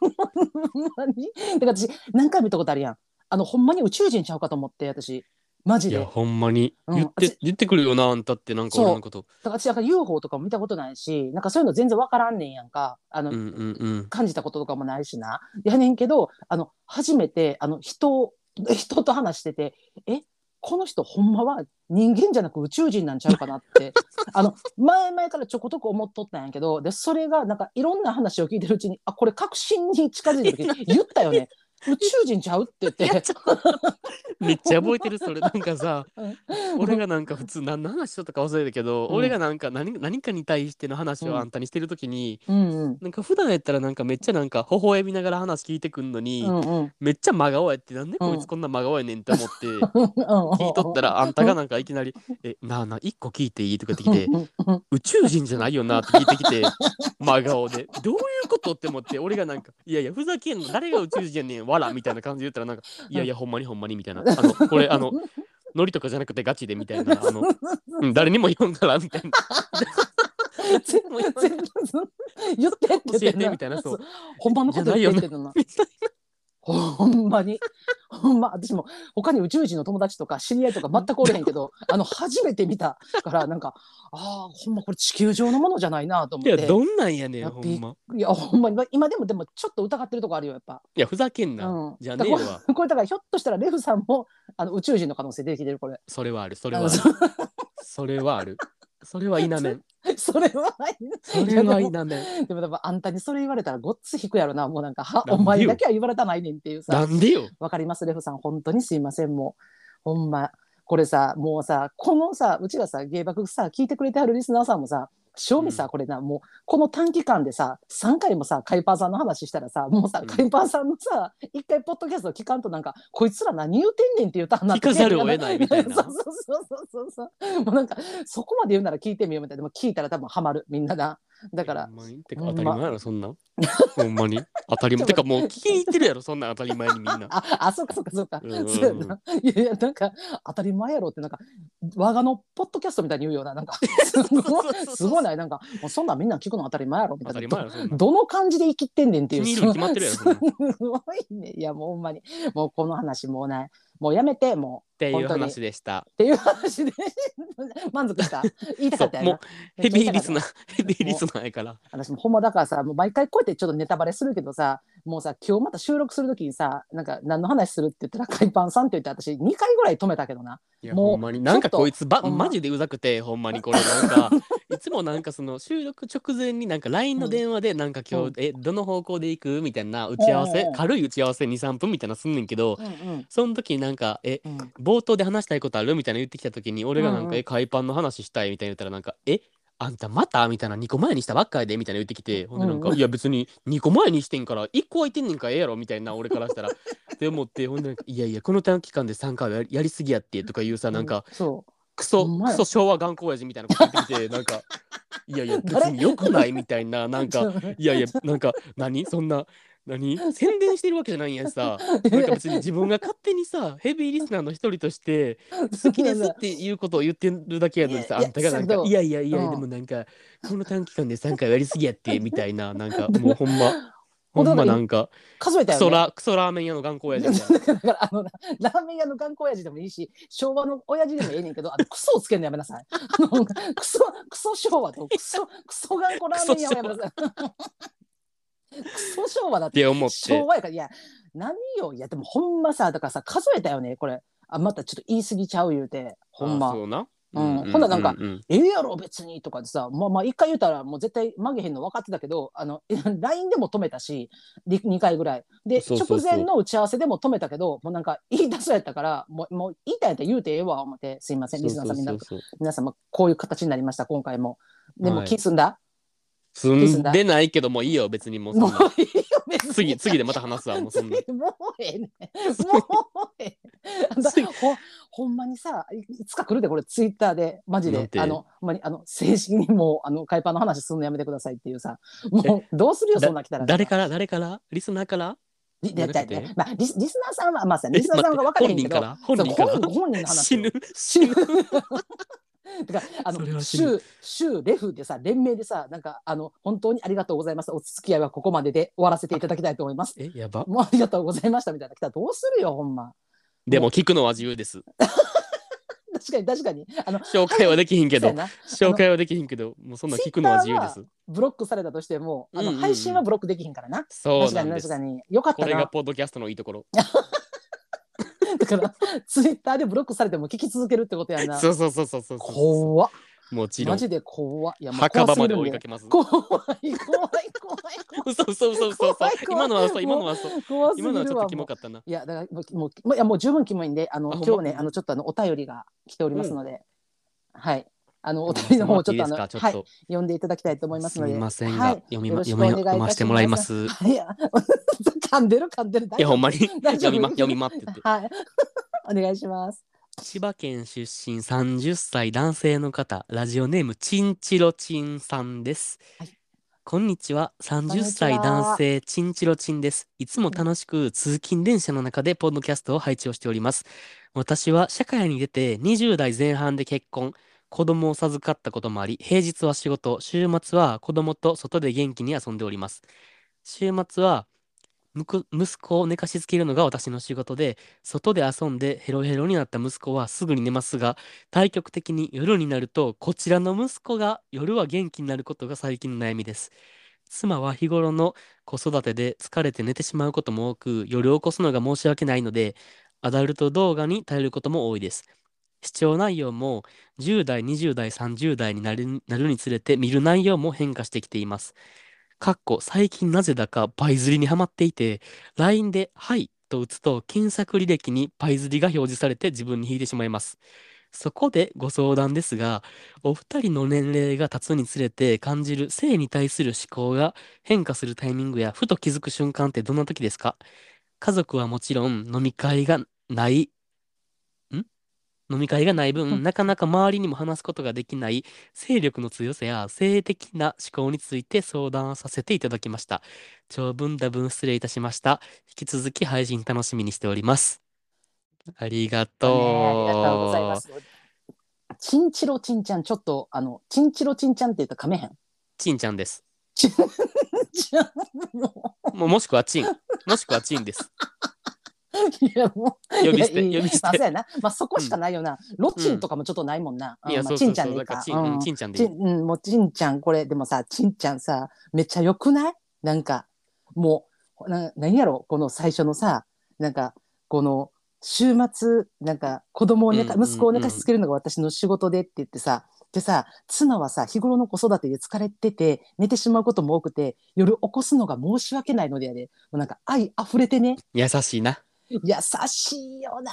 Speaker 2: まにだから私何回も言ったことあるやんあのほんまに宇宙人ちゃうかと思って私マジ
Speaker 1: い
Speaker 2: で
Speaker 1: や
Speaker 2: だか
Speaker 1: ほんまに
Speaker 2: うん
Speaker 1: 言って,、
Speaker 2: 私
Speaker 1: 言ってくるよなあんたってなんか俺のこと
Speaker 2: ら私だから UFO とかも見たことないしなんかそういうの全然わからんねんやんかあの、
Speaker 1: うんうんうん
Speaker 2: 感じたこととかもないしな。やねんけど、あの、初めて、あの、人を、 人と話してて、え、この人ほんまは人間じゃなく宇宙人なんちゃうかなって、 あの、前々からちょこちょこ思っとったんやけど、で、それがなんかいろんな話を聞いてるうちに、あ、これ確信に近づいた 時言ったよね。宇宙人ちゃうって言 って。
Speaker 1: めっちゃ覚えてるそれなんかさ
Speaker 2: うん
Speaker 1: 俺がなんか普通何の話しとったか忘れたけど、
Speaker 2: うん
Speaker 1: 俺がなんか何何かに対しての話
Speaker 2: う
Speaker 1: を
Speaker 2: ん
Speaker 1: あんたにしてる時に、
Speaker 2: うんうん。
Speaker 1: なんか普段やったらなんかめっちゃなんか微笑みながら話聞いてくんのに、
Speaker 2: う んうん。
Speaker 1: めっちゃ真顔やってなんでこいつこんな真顔やねんって思 って、聞いとったらあんたがなんかいきなり「えなあなあ一個聞いていい?」とか言ってきて
Speaker 2: うんうん
Speaker 1: 「宇宙人じゃないよな」って聞いてき て真顔で「どういうこと?」って思って俺がなんか「いやいやふざけんの誰が宇宙人やねんわら」みたいな感じで言ったらなんか「いやいやほんまにほんまに」みたいな「あのこれあ のノリとかじゃなくてガチで」みたいな「 あのうん誰にも言わんから」みたいな
Speaker 2: 全然言ってって言ってん
Speaker 1: 教えて
Speaker 2: な
Speaker 1: みたいなそう
Speaker 2: ほんまのこと言ってってんのなほんまに。 ほんま、私も他に宇宙人の友達とか知り合いとか全くおれへん けど、あの、初めて見たから、なんか、ああ、ほんまこれ地球上のものじゃないなと思っ
Speaker 1: いや
Speaker 2: て。
Speaker 1: どんなんやねんほんま
Speaker 2: いや、ほんまに、ま今でもでもちょっと疑ってるとこあるよ、やっぱ。
Speaker 1: いやふざけんな、
Speaker 2: うん。
Speaker 1: じゃ
Speaker 2: だ
Speaker 1: ね
Speaker 2: か
Speaker 1: え
Speaker 2: ら
Speaker 1: わ
Speaker 2: これこれだからひょっとしたらレフさんもあの宇宙人の可能性出てきてる、これ。
Speaker 1: それはあるそれ
Speaker 2: あ
Speaker 1: は
Speaker 2: の
Speaker 1: ある
Speaker 2: そ
Speaker 1: それはあるそれは否めん
Speaker 2: そ れはない。
Speaker 1: それは否めん
Speaker 2: でも、でもあんたにそれ言われたらごっつ引くやろな、もうなんか、は
Speaker 1: なんで
Speaker 2: お
Speaker 1: よ
Speaker 2: 前だけは言われたないねんっていう さ。
Speaker 1: なんでよ
Speaker 2: わかります、レフさん。本当にすいません、もう。ほんま。これさ、もうさ、このさ、うちがさ、芸爆さ、聞いてくれてはるリスナーさんもさ、正味さ、
Speaker 1: うん
Speaker 2: これな、もう、この短期間でさ、3回もさ、カイパーさんの話したらさ、もうさ、
Speaker 1: うん
Speaker 2: カイパーさんのさ、一回ポッドキャスト聞かんとなんか、こいつら何言うてんねんって言うたんな
Speaker 1: 聞かざるを得ないみたいな
Speaker 2: そうそうそうそうそう。もうなんか、そこまで言うなら聞いてみようみたいな。でも聞いたら多分ハマる、みんなな。だから
Speaker 1: ほん、まにてか
Speaker 2: ほ
Speaker 1: 当
Speaker 2: ん
Speaker 1: た
Speaker 2: ま
Speaker 1: り前やろそんなんほんまに当 たり前てかもう聞きに行ってるやろそんなん当たり前にみんな
Speaker 2: あ、あ、そうかそうかそうか。
Speaker 1: うんうんうん
Speaker 2: そうやな。いやいや、なんか、当たり前やろって、なんか、我がのポッドキャストみたいに言うような、なんか、すご
Speaker 1: そうそうそう
Speaker 2: い、
Speaker 1: そう
Speaker 2: すごいない、なんか、もうそんなんみんな聞くの当たり前やろみた
Speaker 1: 当
Speaker 2: い
Speaker 1: た
Speaker 2: な。
Speaker 1: り前やろそんな
Speaker 2: ど
Speaker 1: ん
Speaker 2: どの感じで生きてんねんっていう。
Speaker 1: 気に入るに決まってるやろそんな
Speaker 2: すごいね。いや、もうほんまに。もうこの話もうね、もうやめて、も
Speaker 1: っていう
Speaker 2: 本当に
Speaker 1: 話でした
Speaker 2: う。っていう話で 満足した。言いたかったよな
Speaker 1: そ。ヘビーリスナ
Speaker 2: ー。
Speaker 1: ーヘビーリスナーやから
Speaker 2: 私もほんまだからさ、もう毎回こうやってちょっとネタバレするけどさ、もうさ、今日また収録するときにさ、なんか何の話するって言ったら、海パンさんって言って私2回ぐらい止めたけどな。
Speaker 1: いや
Speaker 2: もう
Speaker 1: ほんまになんかこいつば
Speaker 2: ほんま
Speaker 1: マジでうざくてほんまにこれなんか いつもなんかその収録直前になんか LINE の電話でなんか今日、
Speaker 2: うん
Speaker 1: えどの方向で行くみたいな打ち合わせ、
Speaker 2: うんうん
Speaker 1: 軽い打ち合わせ23分みたいなすんねんけど
Speaker 2: うんうん
Speaker 1: その時になんかえ
Speaker 2: うん
Speaker 1: 冒頭で話したいことあるみたいな言ってきた時に俺がなんか「
Speaker 2: うんうん
Speaker 1: え海パンの話したい」みたいな言ったらなんか「えあんたまたみたいな、2個前にしたばっかりで、みたいな言ってきて、ほんでなんか、
Speaker 2: うん
Speaker 1: いや別に2個前にしてんから、1個空いてんねんからええやろ、みたいな、俺からした ら。って思って、ほんでなんか、いやいや、この短期間で3回はややりすぎやって、とかいうさ、なんか、
Speaker 2: うそ
Speaker 1: ク
Speaker 2: ほ
Speaker 1: ソ、
Speaker 2: んま
Speaker 1: ク
Speaker 2: や
Speaker 1: ソ昭和頑固親父みたいなこと言ってきて、なん か、いやいや、別に良くないみたいな、
Speaker 2: う
Speaker 1: なん か、いやいや、なんか、何そんな、何宣伝してるわけじゃないんやしさ。なんか 別に自分が勝手にさ、ヘビーリスナーの一人として、好きですっていうことを言ってるだけやのにさ、
Speaker 2: い
Speaker 1: あ
Speaker 2: や
Speaker 1: んたがなんか、
Speaker 2: いやけど
Speaker 1: いやいやいや、
Speaker 2: うん
Speaker 1: でもなんか、この短期間で3回やりすぎやって、みたいな、なんか、もうほん ま、ほんまなんか、
Speaker 2: 数えた
Speaker 1: ク
Speaker 2: よ、ね
Speaker 1: ソ、ラ、クソラーメン屋の頑固親父みたいな。
Speaker 2: だからあのラーメン屋の頑固親父でもいいし昭和の親父でもええねんけどあのクソをつけるのやめなさい あのクソクソ昭和とクソクソ頑固ラーメン屋はやめなさい クソ昭和だっ
Speaker 1: ってて思って
Speaker 2: 昭、和やからいや何よいやでもほんまさだからさ数えたよねこれあまたちょっと言い過ぎちゃう言うてほん
Speaker 1: あ
Speaker 2: ま
Speaker 1: そうな。
Speaker 2: うんほんならなんか
Speaker 1: うう
Speaker 2: ええやろ別にとかでさまあまあ一回言うたらもう絶対曲げへんの分かってたけどあの LINE でも止めたしで2回ぐらいで
Speaker 1: そうそうそう
Speaker 2: 直前の打ち合わせでも止めたけどもうなんか言い出そうやったからもうもう言いたいやったら言うてええわ思ってすいませんリスナーさんみんな
Speaker 1: そうそうそう
Speaker 2: 皆様こういう形になりました今回もでも
Speaker 1: はい
Speaker 2: キスんだ、
Speaker 1: 住んでないけどもういいよ別にもうそ
Speaker 2: も
Speaker 1: んな
Speaker 2: ういいよ別に
Speaker 1: 次次でまた話すわもうそんな
Speaker 2: 次 もう ええねもうええあんた
Speaker 1: 次
Speaker 2: ほほんまにさいいつか来るでこれツイッターでマジ
Speaker 1: なん
Speaker 2: で
Speaker 1: て
Speaker 2: あのほんまにあの正式にもうあの海パンの話するのやめてくださいっていうさもうどうするよ
Speaker 1: だ
Speaker 2: そんなん来たら
Speaker 1: 誰から誰からリスナーから
Speaker 2: りだだだ
Speaker 1: 誰
Speaker 2: まあ、リスリスナーさんはまあさ
Speaker 1: え
Speaker 2: リスナーさんは分からへん
Speaker 1: 待っ
Speaker 2: け
Speaker 1: て
Speaker 2: ど
Speaker 1: 本人から
Speaker 2: そう
Speaker 1: 本人か
Speaker 2: ご本人の
Speaker 1: ら
Speaker 2: 話
Speaker 1: 死ぬ死ぬ
Speaker 2: てかあ
Speaker 1: それ
Speaker 2: の
Speaker 1: は知る
Speaker 2: 州州レフでさ連名でさなんかあの本当にありがとうございますお付き合いはここまでで終わらせていただきたいと思います
Speaker 1: えやば
Speaker 2: もうありがとうございましたみたいな来たらどうするよほんま
Speaker 1: でも聞くのは自由です
Speaker 2: 確かに確かにあの
Speaker 1: 紹介はできひんけ
Speaker 2: そうや
Speaker 1: ど
Speaker 2: な
Speaker 1: 紹介はできひんけどもうそんなん聞くのは自由です
Speaker 2: ブロックされたとしてもあの、
Speaker 1: うんうんうん
Speaker 2: 配信はブロックできひんからな
Speaker 1: そう
Speaker 2: 確
Speaker 1: なん
Speaker 2: かに
Speaker 1: で
Speaker 2: 確
Speaker 1: す
Speaker 2: かによかっ
Speaker 1: こ
Speaker 2: た
Speaker 1: れが
Speaker 2: な
Speaker 1: ポッドキャストのいいところ
Speaker 2: だからツイッターでブロックされても聞き続けるってことやん な
Speaker 1: そうそうそうそうそうそ
Speaker 2: 怖っ
Speaker 1: うもちろ
Speaker 2: マ
Speaker 1: ん
Speaker 2: ジで怖っいやもう
Speaker 1: 墓場まで
Speaker 2: 怖
Speaker 1: 追
Speaker 2: す
Speaker 1: いか
Speaker 2: ぎるん
Speaker 1: けます
Speaker 2: 怖い怖い怖い怖い
Speaker 1: 嘘嘘嘘嘘嘘
Speaker 2: 怖い怖い
Speaker 1: 今のは嘘今のは嘘
Speaker 2: 怖すぎ
Speaker 1: 今
Speaker 2: る
Speaker 1: のはちょっ
Speaker 2: わ
Speaker 1: とキ
Speaker 2: も
Speaker 1: モ
Speaker 2: う
Speaker 1: かったない
Speaker 2: やだからもうもうもういやもう十分キモいんであの
Speaker 1: あほんま
Speaker 2: 今日ねあのちょっとあのお便りが来ておりますので、はいあのお便りの方をちょっとあの
Speaker 1: いいです
Speaker 2: は
Speaker 1: か
Speaker 2: い
Speaker 1: ちょっ
Speaker 2: 読んでいただきたいと思いますすの
Speaker 1: み
Speaker 2: で
Speaker 1: ません
Speaker 2: は
Speaker 1: が
Speaker 2: い
Speaker 1: 読み
Speaker 2: よ
Speaker 1: ま
Speaker 2: ろしく
Speaker 1: 読
Speaker 2: お願
Speaker 1: み
Speaker 2: いいたしま
Speaker 1: 読ま
Speaker 2: す
Speaker 1: してもらいます
Speaker 2: はいや 噛んでる噛んでる
Speaker 1: いやほんまに
Speaker 2: 大丈
Speaker 1: 読
Speaker 2: 夫
Speaker 1: みま読みまって言って
Speaker 2: はい。 お願いします。
Speaker 1: 千葉県出身30歳男性の方ラジオネームチンチロチンさんです、
Speaker 2: はい
Speaker 1: こんにちは
Speaker 2: こん
Speaker 1: 30
Speaker 2: にちは
Speaker 1: 歳男性チンチロチンですいつも楽しく通勤電車の中でポッドキャストを配置をしております私は社会に出て20代前半で結婚子供を授かったこともあり平日は仕事週末は子供と外で元気に遊んでおります週末はむく息子を寝かしつけるのが私の仕事で外で遊んでヘロヘロになった息子はすぐに寝ますが対極的に夜になるとこちらの息子が夜は元気になることが最近の悩みです妻は日頃の子育てで疲れて寝てしまうことも多く夜起こすのが申し訳ないのでアダルト動画に頼ることも多いです視聴内容も10代20代30代になるなるにつれて見る内容も変化してきていますかっこ最近なぜだか倍釣りにはまっていて LINE で「はい」と打つと検索履歴にパイズリが表示されて自分に引いてしまいます。そこでご相談ですが、お二人の年齢が経つにつれて感じる性に対する思考が変化するタイミングやふと気づく瞬間ってどんな時ですか家族はもちろん飲み会がない、ん飲み会がない分、なかなか周りにも話すことができない勢力の強さや性的な思考について相談させていただきました。長文多文失礼いたしました。引き続き配信楽しみにしております。ありがと
Speaker 2: ねありがとうございま
Speaker 1: う。
Speaker 2: す。チンチロチンちゃん、ちょっと、あの、チンチロチンちゃんって言うと噛めへん。
Speaker 1: ちんちゃんです。
Speaker 2: チンちゃんも
Speaker 1: もうもしくはちん。もしくはちんです。
Speaker 2: う、いや、もう、
Speaker 1: 呼び捨て、
Speaker 2: いやいい
Speaker 1: 呼び捨
Speaker 2: まあ、そう
Speaker 1: て。
Speaker 2: やな。まあ、そこしかないよな。ロチンとかもちょっとないもんな。
Speaker 1: いや、
Speaker 2: うん
Speaker 1: そ
Speaker 2: まあ
Speaker 1: う
Speaker 2: チ
Speaker 1: そ
Speaker 2: ン
Speaker 1: う
Speaker 2: ちゃ
Speaker 1: そう。
Speaker 2: んでい
Speaker 1: だ
Speaker 2: い
Speaker 1: から
Speaker 2: か。
Speaker 1: ちん、
Speaker 2: う
Speaker 1: うん
Speaker 2: ん
Speaker 1: ちんちゃんでい
Speaker 2: ち
Speaker 1: い
Speaker 2: ん。うん、もうちんちゃん、これ、でもさ、ちんちゃんさ、めっちゃ良くないなんか、もう、な何やろ、この最初のさ、なんか、この、週末、なんか、子供を寝か、
Speaker 1: うんうんうん
Speaker 2: 息子を寝かしつけるのが私の仕事でって言ってさ、でさ、妻はさ、日頃の子育てで疲れてて、寝てしまうことも多くて、夜起こすのが申し訳ないのでやで、もうなんか愛溢れて ね、
Speaker 1: 優しいな。
Speaker 2: 優しいよな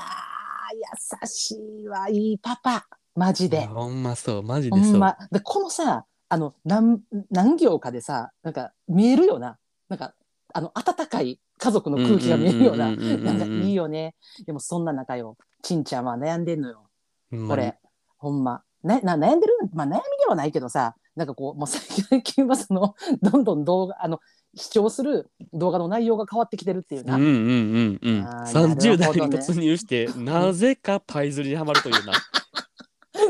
Speaker 2: 優しいわ、いいパパ、マジで。
Speaker 1: ほんまそう、マジ
Speaker 2: ほ
Speaker 1: でそ
Speaker 2: ん
Speaker 1: う。
Speaker 2: ま。で、このさ、あの何何行かでさなんか見えるよななんかあの温かい家族の空気が見えるような
Speaker 1: うんうんうんうんうんう
Speaker 2: なんんかいいよねでもそんな中よちんちゃんは悩んでんのよこれ、ほんまなな悩んでる、まあ、悩みではないけどさなんかこうもう最近はそのどんどん動画あの視聴する動画の内容が変わってきてるっていう
Speaker 1: うん
Speaker 2: な、
Speaker 1: うんうんうん
Speaker 2: あーなるほどね
Speaker 1: 30代に突入してなぜかパイズリにはまるというな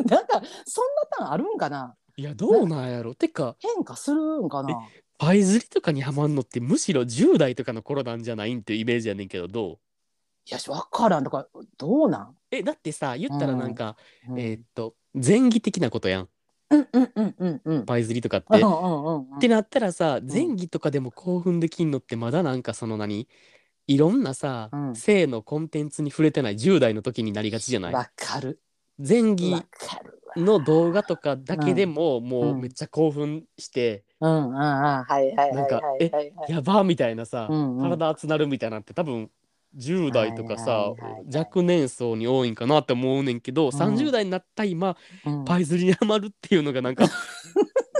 Speaker 2: なんかそんなターンあるんかない
Speaker 1: やどうなんやろてか
Speaker 2: 変化するんかな
Speaker 1: パイズリとかにはまんのってむしろ10代とかの頃なんじゃないんっていうイメージやねんけどどう
Speaker 2: いやわからんだからどうなん、
Speaker 1: えだってさ言ったらなんか、
Speaker 2: うん、
Speaker 1: えーっと前儀的なことやん
Speaker 2: うんうんうんうんうん
Speaker 1: パイズリとかって。
Speaker 2: うんう
Speaker 1: っ
Speaker 2: んうんうん
Speaker 1: てなったらさ前儀とかでも興奮できんのってまだなんかその何いろんなさ、
Speaker 2: うん
Speaker 1: 性のコンテンツに触れてない10代の時になりがちじゃない
Speaker 2: わかる
Speaker 1: 前儀
Speaker 2: わかるわ
Speaker 1: の動画とかだけでも、もうめっちゃ興奮して、
Speaker 2: うんうんうんはいはいはい
Speaker 1: なんか
Speaker 2: はいはいはい
Speaker 1: やばみたいなさ、
Speaker 2: うんうん
Speaker 1: 体熱なるみたいなって多分10代とかさ、
Speaker 2: はいはいはいはい
Speaker 1: 若年層に多いんかなって思うねんけど、
Speaker 2: ん
Speaker 1: 30代になった今
Speaker 2: うん
Speaker 1: パイズリにハマるっていうのがなん か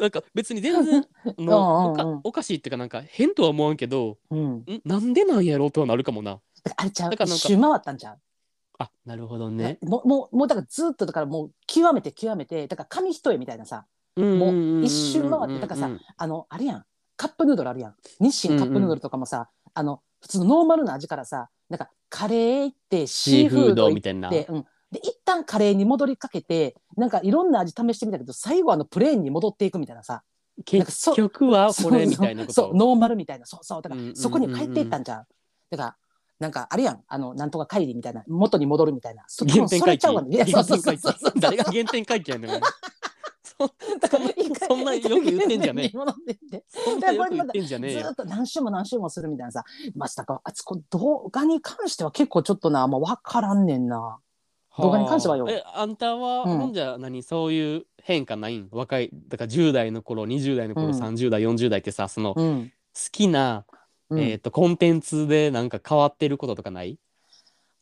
Speaker 1: なんか別に全然のお
Speaker 2: うんうんう
Speaker 1: か
Speaker 2: ん
Speaker 1: おかしいっていうかなんか変とは思わんけど
Speaker 2: うん
Speaker 1: んなんでなんやろうとはなるかもな。
Speaker 2: あれちゃう
Speaker 1: だからなん
Speaker 2: 一
Speaker 1: か
Speaker 2: 周回ったんちゃう
Speaker 1: あなるほどね。
Speaker 2: もうもうもうだからずっとだからもう極めて極めてだから紙一重みたいなさ
Speaker 1: も
Speaker 2: もう一瞬回ってだからさあのあれやんカップヌードルあるやん日清カップヌードルとかもさ、あの普通のノーマルな味からさなんかカレー行ってシ
Speaker 1: シ
Speaker 2: ー
Speaker 1: ー
Speaker 2: フ
Speaker 1: フ
Speaker 2: ー
Speaker 1: ー
Speaker 2: ド
Speaker 1: ド
Speaker 2: 行っ
Speaker 1: みたいな。
Speaker 2: て、うん、で一旦カレーに戻りかけてなんかいろんな味試してみたけど最後あのプレーンに戻っていくみたいなさなんか
Speaker 1: 結
Speaker 2: そ
Speaker 1: 局はこれ
Speaker 2: そうそう
Speaker 1: みたいなこ
Speaker 2: そ
Speaker 1: と
Speaker 2: う。ノーマルみたいなそうそうだから、
Speaker 1: うんうんうんうん
Speaker 2: そこに帰っていったんじゃんだからなんかあれやんあのなんとか帰りみたいな元に戻るみたいなそ
Speaker 1: 原点
Speaker 2: それ
Speaker 1: 回
Speaker 2: ち
Speaker 1: 帰
Speaker 2: ゃうわねいやそうそうそうそうそう
Speaker 1: 誰が原点回帰やねんお前そ
Speaker 2: だから一回
Speaker 1: そんなよく言ってんじゃねえ
Speaker 2: 戻ってって
Speaker 1: そんなよく言ってんじゃねえ
Speaker 2: ずー
Speaker 1: よ
Speaker 2: っと何週も何週もするみたいなさ、まあ、だからあそこ動画に関しては結構ちょっとな、まあ、分からんねんな。動画に関してはよ
Speaker 1: あえあんたは、
Speaker 2: うん
Speaker 1: ほんじゃ何そういう変化ないん若いだから10代の頃20代の頃、
Speaker 2: うん
Speaker 1: 30代40代ってさその好
Speaker 2: うん。
Speaker 1: きな、
Speaker 2: うん
Speaker 1: えー、とコンテンツでなんか変わってることとかない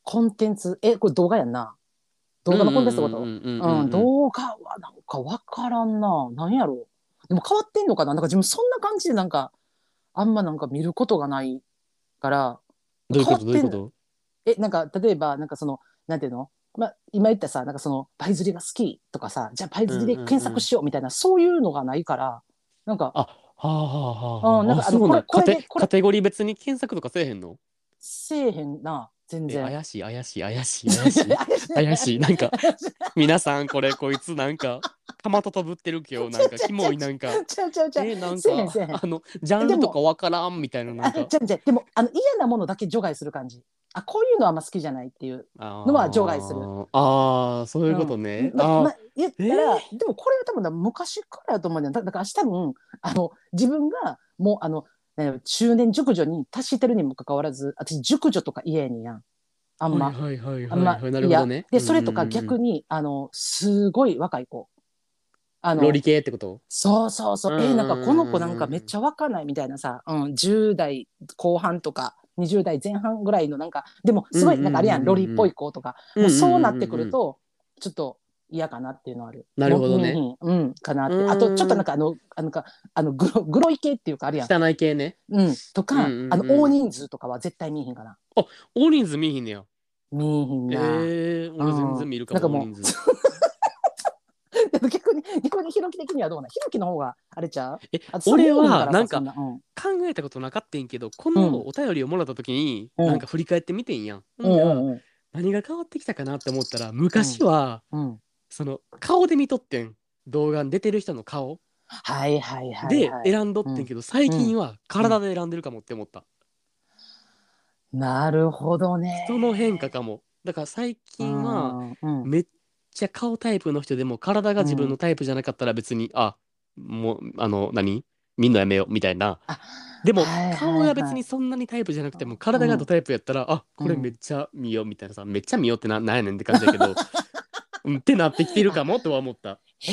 Speaker 2: コンテンツ、え、これ動画やんな。動画のコンテンツってこと
Speaker 1: うんうんうんうん
Speaker 2: うん、動画はなんか分からんな。何やろう。でも変わってんのかななんか自分そんな感じでなんか、あんまなんか見ることがないから、
Speaker 1: どういうことどうい
Speaker 2: 変
Speaker 1: う
Speaker 2: わ
Speaker 1: こ
Speaker 2: ってん
Speaker 1: と
Speaker 2: え、なんか例えば、なんかその、なんていうのまあ、今言ったさ、なんかその、パイ釣りが好きとかさ、じゃあパイ釣りで検索しようみたいな、そういうのがないから、なんか、
Speaker 1: あはあはあはあ
Speaker 2: うんなんか
Speaker 1: あそうなん
Speaker 2: あのこれこれ
Speaker 1: カ
Speaker 2: で
Speaker 1: テ
Speaker 2: これ
Speaker 1: カテゴリー別に検索とかせえへんの
Speaker 2: せえへんな、全
Speaker 1: え
Speaker 2: 然。
Speaker 1: 怪しい怪しい怪しい怪 しい怪しいなんか
Speaker 2: 怪しい
Speaker 1: 皆さんこれこいつなんかかまととぶってるけどなんかキモいなんか
Speaker 2: ちゃうちゃうちゃう。
Speaker 1: えなん
Speaker 2: せえへんせえへん
Speaker 1: かあのジャンルとかわからんみたいなな
Speaker 2: あ
Speaker 1: んか
Speaker 2: ちゃうちゃう。でも、あの、嫌なものだけ除外する感じ。あ、こういうのはあんま好きじゃないっていう。
Speaker 1: の
Speaker 2: は除外する
Speaker 1: あーそういうことね、
Speaker 2: ま
Speaker 1: あー、
Speaker 2: ま言ったら、でもこれは多分な昔からやと思うんだよ。だだから多分、あの、自分がもう、あの、なんやろ中年熟女に達してるにもかかわらず、私、熟女とか言えんやん。あんま。
Speaker 1: はいはい
Speaker 2: あ
Speaker 1: は
Speaker 2: ん
Speaker 1: い
Speaker 2: ま
Speaker 1: はい、なるほどね
Speaker 2: で、それとか逆
Speaker 1: に
Speaker 2: に、あの、すごい若い子。あの
Speaker 1: ロ、リ系ってこと
Speaker 2: そうそうそう。え
Speaker 1: うんうんうん
Speaker 2: なんかこの子なんかめっちゃ若ないみたいなさ、うん、10代後半とか、20代前半ぐらいのなんか、でもすごいなんかあれやん、
Speaker 1: うんうんうんうん
Speaker 2: ロリっぽい子とか、もうそうなってくると、ちょっと嫌かなっていうのはある。
Speaker 1: なるほどね
Speaker 2: もう。うん、うんかなって。
Speaker 1: うん
Speaker 2: あと、ちょっとなんかあの、あのか、あのグロ、グロい系っていうかあるやん。
Speaker 1: 汚い系ね
Speaker 2: うん、とか、
Speaker 1: うんうんうん
Speaker 2: あの、大人数とかは絶対見えへんかな。
Speaker 1: 大人数見えへんねや
Speaker 2: 見えへん
Speaker 1: え
Speaker 2: な。
Speaker 1: ー、俺全然見るかも
Speaker 2: うん
Speaker 1: 大
Speaker 2: なんかもう
Speaker 1: 人数
Speaker 2: でも 逆に、逆にひろき的にはどうなんひろきの方があれちゃう
Speaker 1: え
Speaker 2: あと
Speaker 1: 俺は
Speaker 2: そ
Speaker 1: な
Speaker 2: れ
Speaker 1: ん
Speaker 2: 見えへ
Speaker 1: か
Speaker 2: んらさそんな
Speaker 1: 考えたことなかったんけどこ
Speaker 2: うん
Speaker 1: のお便りをもらった時に、
Speaker 2: うん
Speaker 1: なんか振り返ってみてんやん、
Speaker 2: うんうんうんうん
Speaker 1: 何が変わってきたかなって思ったら昔は、
Speaker 2: うん。
Speaker 1: その顔で見とってん動画に出てる人の顔
Speaker 2: はいはいはい、
Speaker 1: で
Speaker 2: はい。
Speaker 1: 選んどってんけど、最近は体で選んでるかもって思った、
Speaker 2: なるほどね。
Speaker 1: 人の変化かもだから最近は
Speaker 2: うん、うん
Speaker 1: めっちゃ顔タイプの人でも体が自分のタイプじゃなかったら別に、あもうあの何みんなやめようみたいな
Speaker 2: あ
Speaker 1: でも、
Speaker 2: はいはいはい
Speaker 1: 顔が別にそんなにタイプじゃなくても体がドタイプやったら、あこれめっちゃ見ようみたいなさ、めっちゃ見ようってななんやねんって感じだけ どうんってなってきてるかもとは思った、
Speaker 2: へ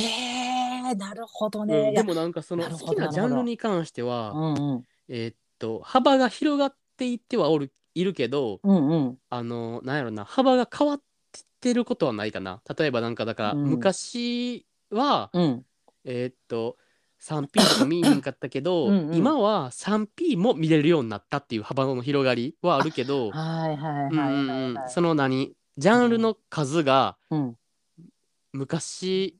Speaker 2: え、なるほど
Speaker 1: う
Speaker 2: ね。
Speaker 1: ん
Speaker 2: い
Speaker 1: で
Speaker 2: や
Speaker 1: もなんかその
Speaker 2: なるほど
Speaker 1: 好きなジャンルに関しては、
Speaker 2: うんうん
Speaker 1: えーっと幅が広がっていってはおるいるけど
Speaker 2: うんうん
Speaker 1: あのなんやろな幅が変わってることはないかな例えばなんかだから
Speaker 2: うん
Speaker 1: 昔は、
Speaker 2: うん
Speaker 1: えーっと 3P とか見えへんかったけど
Speaker 2: うんうん
Speaker 1: 今は 3P も見れるようになったっていう幅の広がりはあるけど、
Speaker 2: はいはい
Speaker 1: うん
Speaker 2: は
Speaker 1: う
Speaker 2: い
Speaker 1: ん
Speaker 2: はい
Speaker 1: うん
Speaker 2: はい。
Speaker 1: その何ジャンルの数が
Speaker 2: うん
Speaker 1: 昔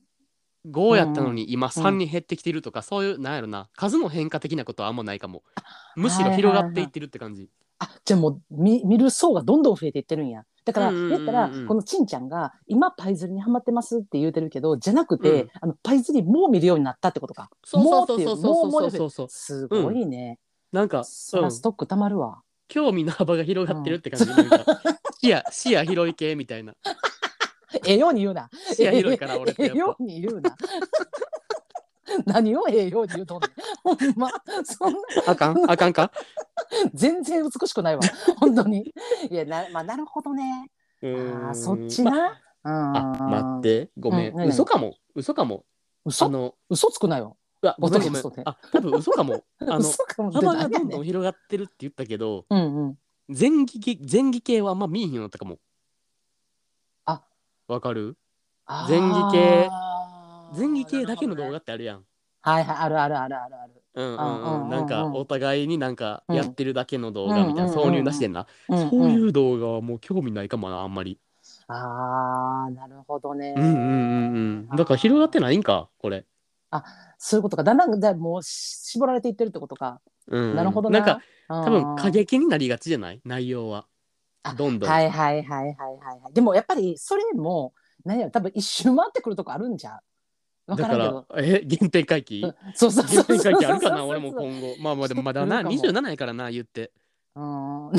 Speaker 1: 5やったのに今
Speaker 2: うん
Speaker 1: 3に減ってきてるとか、そういうなんやろな数の変化的なことはあんまないかもむしろ広がっていってるって感じ、
Speaker 2: あじゃあもう見見る層がどんどん増えていってるんや。だから、
Speaker 1: うんうんうんうん
Speaker 2: 言ったらこのちんちゃんが今パイズリにハマってますって言うてるけどじゃなくて、
Speaker 1: うん
Speaker 2: あのパイズリもう見るようになったってことか。
Speaker 1: そう
Speaker 2: も
Speaker 1: そうう
Speaker 2: って
Speaker 1: そう
Speaker 2: い
Speaker 1: そううそう
Speaker 2: も
Speaker 1: そううそうそう
Speaker 2: すごいね。
Speaker 1: なんか、
Speaker 2: そらス
Speaker 1: うん
Speaker 2: トックたまるわ。
Speaker 1: 興味の幅が広がってるって感じ、なんか視野視野広い系みたいな
Speaker 2: ええように言うな。
Speaker 1: 視野広いから俺って
Speaker 2: え
Speaker 1: や
Speaker 2: え
Speaker 1: っぱ
Speaker 2: ように言うな。 何をええように言うとんねん。ほんま、そんな
Speaker 1: あかんあかんか、
Speaker 2: 全然美しくないわ。本当に。いや、な、まあ、なるほどね。
Speaker 1: う
Speaker 2: あ
Speaker 1: ーん
Speaker 2: ーそっちな。
Speaker 1: あ
Speaker 2: あ
Speaker 1: 待っ。てごめ
Speaker 2: うん
Speaker 1: ん、
Speaker 2: 何
Speaker 1: 嘘かも嘘かもあ
Speaker 2: 嘘、
Speaker 1: の
Speaker 2: 嘘つくなよ。
Speaker 1: うわごめんごめん
Speaker 2: ポッドキャスト
Speaker 1: あ
Speaker 2: で
Speaker 1: 多分嘘かも あの
Speaker 2: 嘘かも
Speaker 1: 幅がどんどん
Speaker 2: ん。
Speaker 1: 広がってるって言ったけど
Speaker 2: うんうん。
Speaker 1: 前期系前期系はあんま見えへんようになったかも
Speaker 2: あ
Speaker 1: わかる
Speaker 2: あー
Speaker 1: 前戯系前期系だけの動画。ってあるやん
Speaker 2: はいはい、あるあるあるあるある。
Speaker 1: うんう
Speaker 2: うんうんう
Speaker 1: ん
Speaker 2: ん
Speaker 1: う
Speaker 2: う
Speaker 1: んんなんかお互いになんかやってるだけの動画みたいな
Speaker 2: うんうんうんうん
Speaker 1: 挿入なしでんな
Speaker 2: うんん
Speaker 1: そういう動画はもう興味ないかもなあんまり
Speaker 2: ああ、なるほどね。
Speaker 1: うんうんうんうんだから広がってないんかこれ
Speaker 2: そういうことか。だんだん、だもうし絞られていってるってことか。
Speaker 1: うん
Speaker 2: なるほど
Speaker 1: なんか
Speaker 2: 多
Speaker 1: 多分過激になりがちじゃない内容は
Speaker 2: あ
Speaker 1: どんどん
Speaker 2: はいはいはいはいはいはい。でもやっぱりそれも何やろ多分一周回ってくるとこあるんじゃう。わ
Speaker 1: だ
Speaker 2: か
Speaker 1: から
Speaker 2: んけど
Speaker 1: ら。え原点回帰
Speaker 2: うんそうそうそ
Speaker 1: 原点
Speaker 2: うそうそ
Speaker 1: 回
Speaker 2: う
Speaker 1: 帰あるかな俺も今後まあまあでもまだな
Speaker 2: してくるか
Speaker 1: 27やからな言って
Speaker 2: うん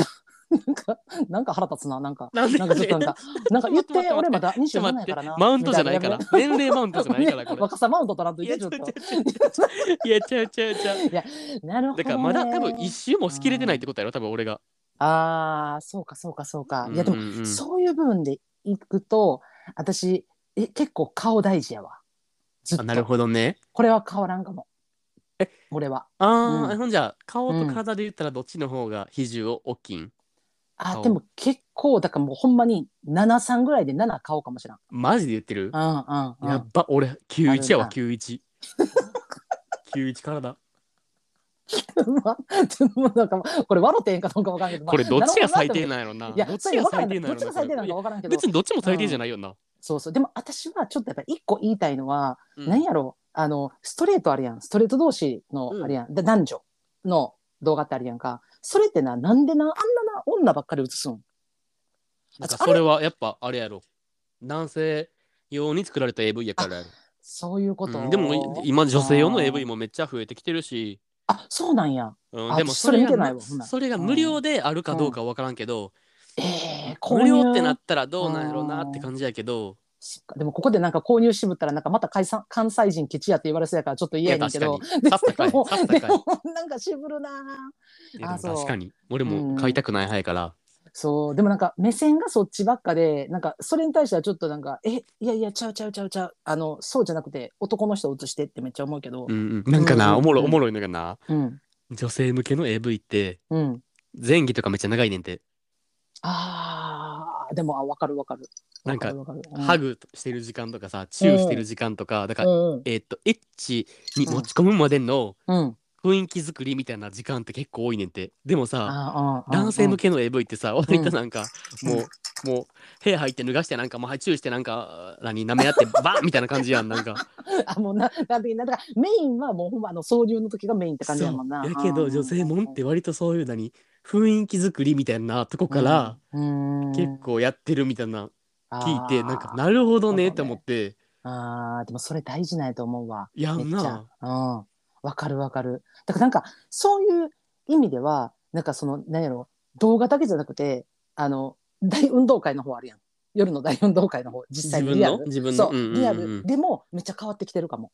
Speaker 2: なんかなんか腹立つななんか。
Speaker 1: なんで
Speaker 2: なんかちょっとなんか、なんか言っ
Speaker 1: ちょっと待って
Speaker 2: て、俺まだ
Speaker 1: ちょっと
Speaker 2: 27
Speaker 1: 待
Speaker 2: や
Speaker 1: っ
Speaker 2: か
Speaker 1: て
Speaker 2: らな。
Speaker 1: マウントじゃないから
Speaker 2: み
Speaker 1: 年齢マウン
Speaker 2: た
Speaker 1: トじ
Speaker 2: いな
Speaker 1: ゃないからこ れ
Speaker 2: 若さマウント取らんとい
Speaker 1: いや
Speaker 2: て、
Speaker 1: ち
Speaker 2: ち
Speaker 1: ょ
Speaker 2: ょっ
Speaker 1: ちょ
Speaker 2: と。
Speaker 1: ちょいやちゃうちゃうちゃう
Speaker 2: なるほど、ね。
Speaker 1: だからまだ多分一周もしきれてないってことやろ多分俺が
Speaker 2: ああ、そうかそうかそうか。いや、でも、
Speaker 1: うんうんうん
Speaker 2: そういう部分でいくと、私、え結構顔大事やわ。ずっ
Speaker 1: あ
Speaker 2: と。
Speaker 1: なるほどね
Speaker 2: これは変わらんかも。
Speaker 1: え
Speaker 2: 俺は。
Speaker 1: あー、
Speaker 2: うん
Speaker 1: ほんじゃ顔と体で言ったらどっちの方が比重を大きいん
Speaker 2: あ、
Speaker 1: 顔
Speaker 2: でも結構、だからもうほんまに7、3ぐらいで7買おうかもしれん。
Speaker 1: マジで言ってる
Speaker 2: うんうんう
Speaker 1: や
Speaker 2: ん
Speaker 1: っ。ば俺91や
Speaker 2: あ
Speaker 1: わ
Speaker 2: る
Speaker 1: 91 91体
Speaker 2: でもなんか、これ笑ってへんかどうかわからんけど。まあ
Speaker 1: これどっちが最低なんやろない
Speaker 2: や、
Speaker 1: どっ
Speaker 2: そ
Speaker 1: ち
Speaker 2: れ
Speaker 1: が
Speaker 2: わから
Speaker 1: 最
Speaker 2: ん
Speaker 1: 低
Speaker 2: け
Speaker 1: なんやろなこ
Speaker 2: どどっちが最低なの
Speaker 1: れ
Speaker 2: かわからんけど
Speaker 1: 別。にどっちも最低じゃないよな、
Speaker 2: そうそう。でも私はちょっとやっぱ一個言いたいのは、
Speaker 1: うん
Speaker 2: なんやろあのストレートあるやんストレート同士の
Speaker 1: うん
Speaker 2: あれやん、だ男女の動画ってあるやんかそれってななんでなあんなな女ばっかり映すん
Speaker 1: なんか
Speaker 2: あ
Speaker 1: それはやっぱあれやろ男性用に作られた AV やからやろ
Speaker 2: そういうこと、
Speaker 1: うんでも今女性用の AV
Speaker 2: も
Speaker 1: もめっちゃ増えてきてるし、
Speaker 2: あそうなんや
Speaker 1: うん、
Speaker 2: あ
Speaker 1: でも
Speaker 2: そ
Speaker 1: そ
Speaker 2: れ
Speaker 1: れ
Speaker 2: 見て
Speaker 1: が
Speaker 2: ないわほんなら
Speaker 1: それが無料であるかどうかは分からんけど、
Speaker 2: えー、購
Speaker 1: 無
Speaker 2: 入
Speaker 1: 料ってなったらどうなんやろうなって感じやけど、
Speaker 2: そっかでもここでなんか購入しぶったらなんかまた解散関西人ケチやって言われそうやからちょっと嫌やねんけど
Speaker 1: いや確かに
Speaker 2: でも
Speaker 1: さっさかい
Speaker 2: でもなんか渋るな
Speaker 1: いやで
Speaker 2: あ
Speaker 1: も
Speaker 2: そう
Speaker 1: 確かに俺も買いたくない派やから、
Speaker 2: そう、でもなんか目線がそっちばっかで、なんかそれに対してはちょっとなんか、え、いやいや、ちゃうちゃうちゃうちゃう、あの、そうじゃなくて男の人を映してってめっちゃ思うけど
Speaker 1: う、んうんなんかな、
Speaker 2: うんうん
Speaker 1: おもろおもろいのがな
Speaker 2: うん、
Speaker 1: 女性向けの AV って
Speaker 2: うん。
Speaker 1: 前期とかめっちゃ長いねんて、
Speaker 2: ああ、でも、あ、わかるわかる。
Speaker 1: なんか
Speaker 2: わかるわかる
Speaker 1: ハグしてる時間とかさチューしてる時間とか、だから、
Speaker 2: うん
Speaker 1: えーっとエッチに持ち込むまでの
Speaker 2: うん、うん。
Speaker 1: 雰囲気作りみたいな時間って結構多いねんてでもさ
Speaker 2: あーあー、
Speaker 1: 男性向
Speaker 2: け。
Speaker 1: けの AV ってさ割となんか、もうもう部屋入って脱がしてなんかもうはいチューしてなんか何舐め合って バンみたいな感じやんなんか
Speaker 2: あ、もうな、なんて、なんだか、メインはもう、ほんま、あの、挿入の時がメインって感じやもんな。
Speaker 1: そうやけど女性もんって割とそういうなに雰囲気作りみたいなとこから、結構やってるみたいな聞いて、なんか
Speaker 2: な。
Speaker 1: なるほどねって思って、
Speaker 2: あーあー、でも、それ大事なんやと思うわ。
Speaker 1: いや
Speaker 2: め
Speaker 1: ん
Speaker 2: っちゃ
Speaker 1: な。
Speaker 2: うん。わかるわかる。だからなんか、そういう意味では、なんかその、なんやろ、動画だけじゃなくて、あの、大運動会の方あるやん。夜の大運動会の方、実際にリアル。
Speaker 1: 自分の自分の
Speaker 2: そ
Speaker 1: う
Speaker 2: う、
Speaker 1: んうんうん
Speaker 2: リアル。でも、めっちゃ変わってきてるかも。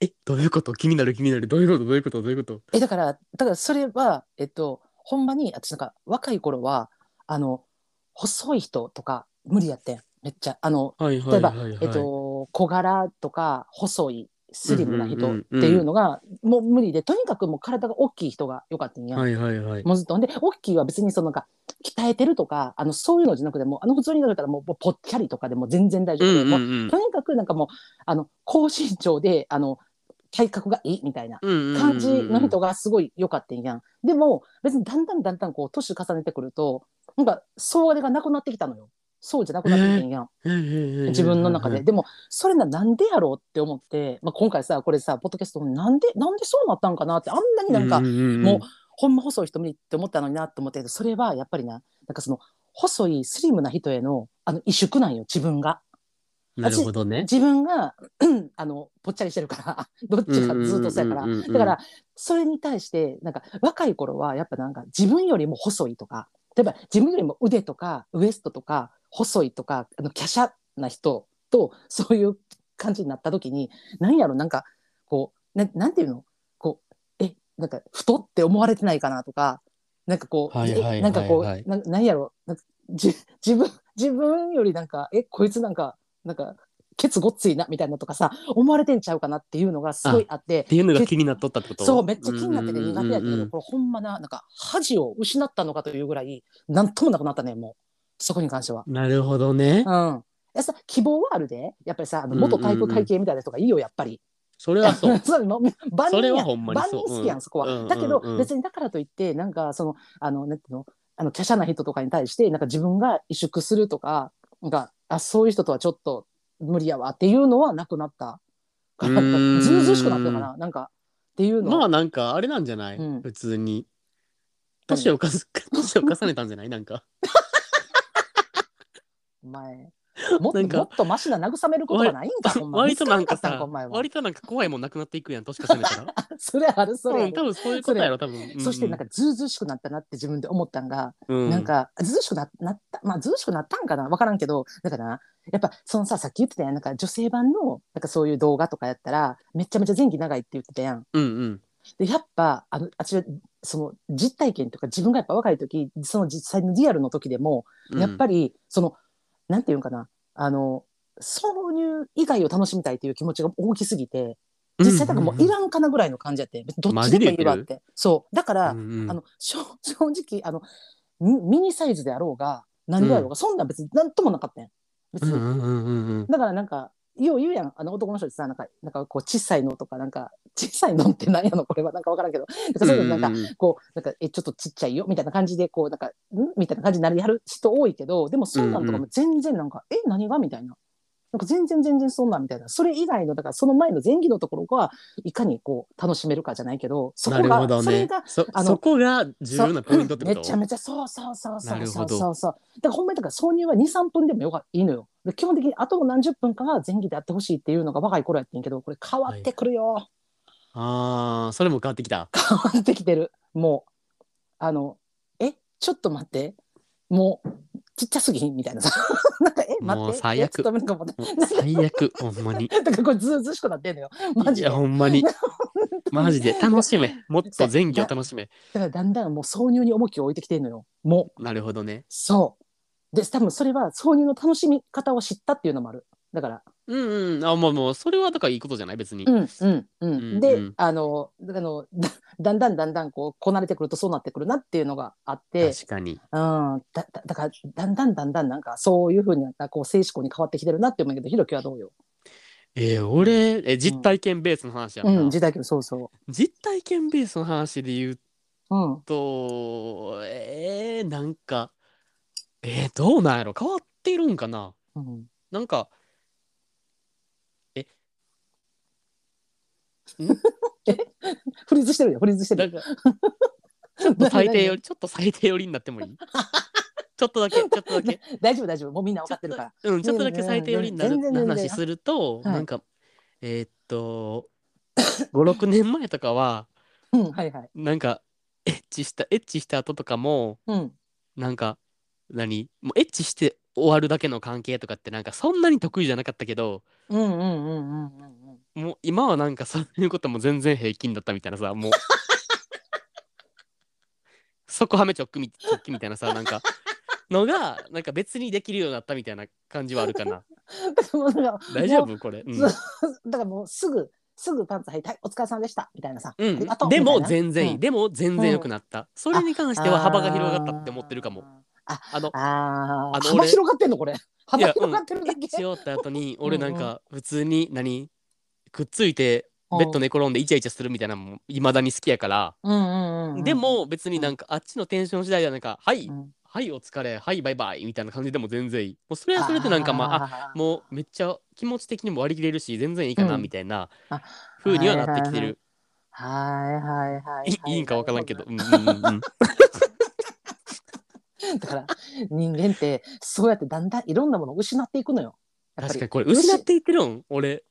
Speaker 1: えどういうこと気になる気になるどういうことどういうことどういうこと
Speaker 2: え、だから、だからそれは、えっと、ほんまに、私なんか、若い頃は、あの、細い人とか、無理やってん。めっちゃ、あの、
Speaker 1: はいは
Speaker 2: 例え
Speaker 1: い
Speaker 2: ば、
Speaker 1: はい、はい、
Speaker 2: えっと、小柄とか細いスリムな人っていうのがもう無理でとにかくもう体が大きい人が良かったんや、
Speaker 1: はいはいはい
Speaker 2: もうずっとほんで大きいは別にそのなんか鍛えてるとかあのそういうのじゃなくてもうあの普通になれたらもうぽっちゃりとかでも全然大丈
Speaker 1: う
Speaker 2: 夫
Speaker 1: ん
Speaker 2: で、
Speaker 1: うんう
Speaker 2: も
Speaker 1: ん
Speaker 2: うとにかくなんかもうあの高身長であの体格がいいみたいな
Speaker 1: 感
Speaker 2: 感じの人がすごい良かったんやん。でも別にだんだんだんだんこう年重ねてくるとなんかそうあれがなくなってきたのよ。そうじゃなくなってきてんやん、自
Speaker 1: 自
Speaker 2: 分の中で。でもそれななんでやろうって思って、まあ、今回さこれさポッドキャストもなんでなんでそうなったんかなってあんなになんかもう
Speaker 1: も
Speaker 2: ほんま細い人無理って思ったのになって思ったけどそれはやっぱりななんかその細いスリムな人へのあの萎縮なんよ自分が。
Speaker 1: なるほどね。
Speaker 2: 自分が あのぽっちゃりしてるから どっちかずっとそうやから。だ
Speaker 1: だ
Speaker 2: から、それに対して、なんか、若い頃は、やっぱなんか、自分よりも細いとか、例えば、自分よりも腕とか、ウエストとか、細いとか、あの、華奢な人と、そういう感じになった時に、なんやろ、なんか、こう、ななんていうのこう、え、なんか、太って思われてないかなとか、なんかこう、
Speaker 1: はいはいはいはい
Speaker 2: えなんかこう、ななんやろ、なんかじ自分、自分よりなんか、え、こいつなんか、なんか、ケツごっついな、みたいなとかさ、思われてんちゃうかなっていうのがすごいあって
Speaker 1: っ、ていうのが気になっとったってこと
Speaker 2: そうめっちゃ気になってて苦手やけ
Speaker 1: うんうんうんう
Speaker 2: ど
Speaker 1: ん
Speaker 2: これほんまななんか恥を失ったのかというぐらいなんともなくなったねもうそこに関しては。
Speaker 1: なるほどね。
Speaker 2: うんいやさ希望はあるでやっぱりさあの
Speaker 1: うんうんうん
Speaker 2: 元体育会系みたいな人がいいよやっぱり。。
Speaker 1: それはそう
Speaker 2: そうもう万
Speaker 1: そ
Speaker 2: 人
Speaker 1: れは
Speaker 2: や
Speaker 1: ほんまに
Speaker 2: 万
Speaker 1: そう
Speaker 2: 人好きやんそこは。
Speaker 1: うん
Speaker 2: だけど、
Speaker 1: うんうん
Speaker 2: 別にだからといってなんかそのあのなんていうのあの華奢な人とかに対してなんか自分が萎縮するとかなんかあそういう人とはちょっと無理やわっていうのはなくなった。
Speaker 1: うー
Speaker 2: ず
Speaker 1: ん
Speaker 2: うずうしくなったかななんかっていうのは
Speaker 1: まあなんかあれなんじゃない
Speaker 2: うん
Speaker 1: 普通に。年を重ね年を重ねたんじゃないなん か。
Speaker 2: お前もっ
Speaker 1: な
Speaker 2: と
Speaker 1: んか
Speaker 2: もっとマシな慰めることがないんかほんま
Speaker 1: 割となんか
Speaker 2: 見つらなったん
Speaker 1: さ
Speaker 2: お前、は
Speaker 1: 割となんか怖いもんなくなっていくやん、年重ねたら。
Speaker 2: それある それあ
Speaker 1: うん、
Speaker 2: る
Speaker 1: 多分そういうことやろ、多分。
Speaker 2: そしてなんかずうずうしくなったなって自分で思ったんが、
Speaker 1: うん、
Speaker 2: なんかずうずうしくななったまあずうずうしくなったんかな分からんけどだからなやっぱそのささっき言ってたやんなんか女性版のなんかそういう動画とかやったらめちゃめちゃ前期長いって言ってたやん
Speaker 1: うんうん。
Speaker 2: でやっぱあのあちらその実体験とか自分がやっぱ若い時その実際のリアルの時でもやっぱ
Speaker 1: り、
Speaker 2: りそのなんていうんかなあの挿入以外を楽しみたいという気持ちが大きすぎて実際なんかもういらんかなぐらいの感じやって別にどっちでもいいわっ
Speaker 1: マジ
Speaker 2: てそうだから、
Speaker 1: うんうん
Speaker 2: あの正 正直あのミミニサイズであろうが何であろうが、そんなん別に何ともなかったやん別
Speaker 1: うん
Speaker 2: に、
Speaker 1: うんうんうんうん。
Speaker 2: だからなんかよう言うやんあの男の人ってさなんかなんかこう小さいのとかなんか小さいのって何やのこれはなんか分からんけどなんかそういうのなんか、
Speaker 1: うんうんうん
Speaker 2: こうなんかえちょっとちっちゃいよみたいな感じでこうなんかんみたいな感じになるやる人多いけどでもそんなんとかも全然なんか、え何がみたいななんか全然全然そんなんみたいなそれ以外のだからその前の前期のところがいかにこう楽しめるかじゃないけどそこ
Speaker 1: なる
Speaker 2: が
Speaker 1: ほど
Speaker 2: それ
Speaker 1: ね
Speaker 2: が。
Speaker 1: そ
Speaker 2: あの
Speaker 1: そこが重要なポイントってこ
Speaker 2: め
Speaker 1: と
Speaker 2: ちゃめちゃそうそうそうそ
Speaker 1: な
Speaker 2: う
Speaker 1: る
Speaker 2: そ
Speaker 1: ほ
Speaker 2: う
Speaker 1: ど
Speaker 2: そうそうだからほんまにだから挿入は23分でもよかいいのよで基本的にあとの何十分かは前期であってほしいっていうのが若い頃やってんけどこれ変わってくるよ、
Speaker 1: ああ、それも変わってきた。
Speaker 2: 変わってきてるもうあのえちょっと待ってもうちっちゃすぎひんみたいな さなんかえ待って
Speaker 1: もう最悪
Speaker 2: いやちょっと待 ってなんかもう
Speaker 1: もう最悪、ほんまに。
Speaker 2: だからこれずうずうしくなってんのよ マジ
Speaker 1: い
Speaker 2: で
Speaker 1: や、ほんま に。マジで楽しめ。もっと前期を楽しめ。
Speaker 2: だからだんだんもう挿入に重きを置いてきてんのよもう
Speaker 1: なるほどね。
Speaker 2: そうで多分それは挿入の楽しみ方を知ったっていうのもあるだから
Speaker 1: うんうん。あ、もう、もう、それはだからいいことじゃない別に。
Speaker 2: うんうんうん、
Speaker 1: うんう
Speaker 2: で
Speaker 1: ん
Speaker 2: あのあの だだんだんだんだんこうこなれてくるとそうなってくるなっていうのがあって
Speaker 1: 確かに。
Speaker 2: うんだだだからだんだんだんだんなんかそういうふうになんかこう性思考に変わってきてるなって思うけどひろきはどうよ。
Speaker 1: えー俺、え、実体験ベースの話やん
Speaker 2: う
Speaker 1: な、
Speaker 2: ん時代劇そうそ
Speaker 1: 実体験ベースの話で言う
Speaker 2: う。うん
Speaker 1: と、えー、なんか、えー、どうなんやろ変わってるんかな
Speaker 2: うん、
Speaker 1: なんか、え、
Speaker 2: フリーズしてるよフリーズして
Speaker 1: なん
Speaker 2: る。
Speaker 1: か、ちょっ と最低より、ちょっと最低寄りになってもいいちょっとだけ、ちょっとだけ。
Speaker 2: 大丈夫大丈夫もうみんな分かってるから。
Speaker 1: うん、ちょっとだけ最低寄りにな
Speaker 2: 全然
Speaker 1: る
Speaker 2: 全然
Speaker 1: 話すると、
Speaker 2: はい
Speaker 1: なんか、えーっと、5、6年前とかは、
Speaker 2: うんはいはい。
Speaker 1: なんか、エッチした、エッチした後とかも、
Speaker 2: うん
Speaker 1: なんか、何もうエッチして終わるだけの関係とかって、なんかそんなに得意じゃなかったけど、
Speaker 2: うんうんうんうんうんうん。
Speaker 1: もう今はなんかそういうことも全然平均だったみたいなさ、 もう。そこはめちょっきみちょっきみたいなさ、なんか、のが、なんか別にできるようになったみたいな感じはあるかな。
Speaker 2: だからもうなんか
Speaker 1: 大丈夫これ。うん
Speaker 2: そうだからもうすぐすぐパンツ履いてはいお疲れ様でしたみたいなさ。
Speaker 1: う
Speaker 2: あり
Speaker 1: ん
Speaker 2: がと、う
Speaker 1: でも
Speaker 2: みたいな
Speaker 1: 全然いい、
Speaker 2: うん
Speaker 1: でも全然良くなった、それに関しては幅が広がったって思ってるかも。あ の
Speaker 2: あーあ
Speaker 1: あの
Speaker 2: ー
Speaker 1: 俺
Speaker 2: 幅広がってんのこれ
Speaker 1: いや
Speaker 2: 幅広がってるだけ。
Speaker 1: しよった後に
Speaker 2: ん
Speaker 1: 俺なんか普通に何くっついて
Speaker 2: うん
Speaker 1: ベッド寝転んでイチャイチャするみたいなのもいまだに好きやから、
Speaker 2: うんうんうんうん
Speaker 1: で、も別になんかあっちのテンション次第ではなんか「はい、
Speaker 2: うん
Speaker 1: はいお疲れはいバイバイ」みたいな感じでも全然いいもうそれはそれでなんかまああ
Speaker 2: あー
Speaker 1: もうめっちゃ気持ち的にも割り切れるし全然いいかな
Speaker 2: うん
Speaker 1: みたいな
Speaker 2: あ
Speaker 1: 風にはなってきてる、
Speaker 2: はいはいはい
Speaker 1: い
Speaker 2: はい
Speaker 1: いんかわからんけど、うんうんうんうん
Speaker 2: だから人間ってそうやってだんだんいろんなものを失っていくのよ。やっぱ
Speaker 1: 確
Speaker 2: り
Speaker 1: かにこれ失っていってるん俺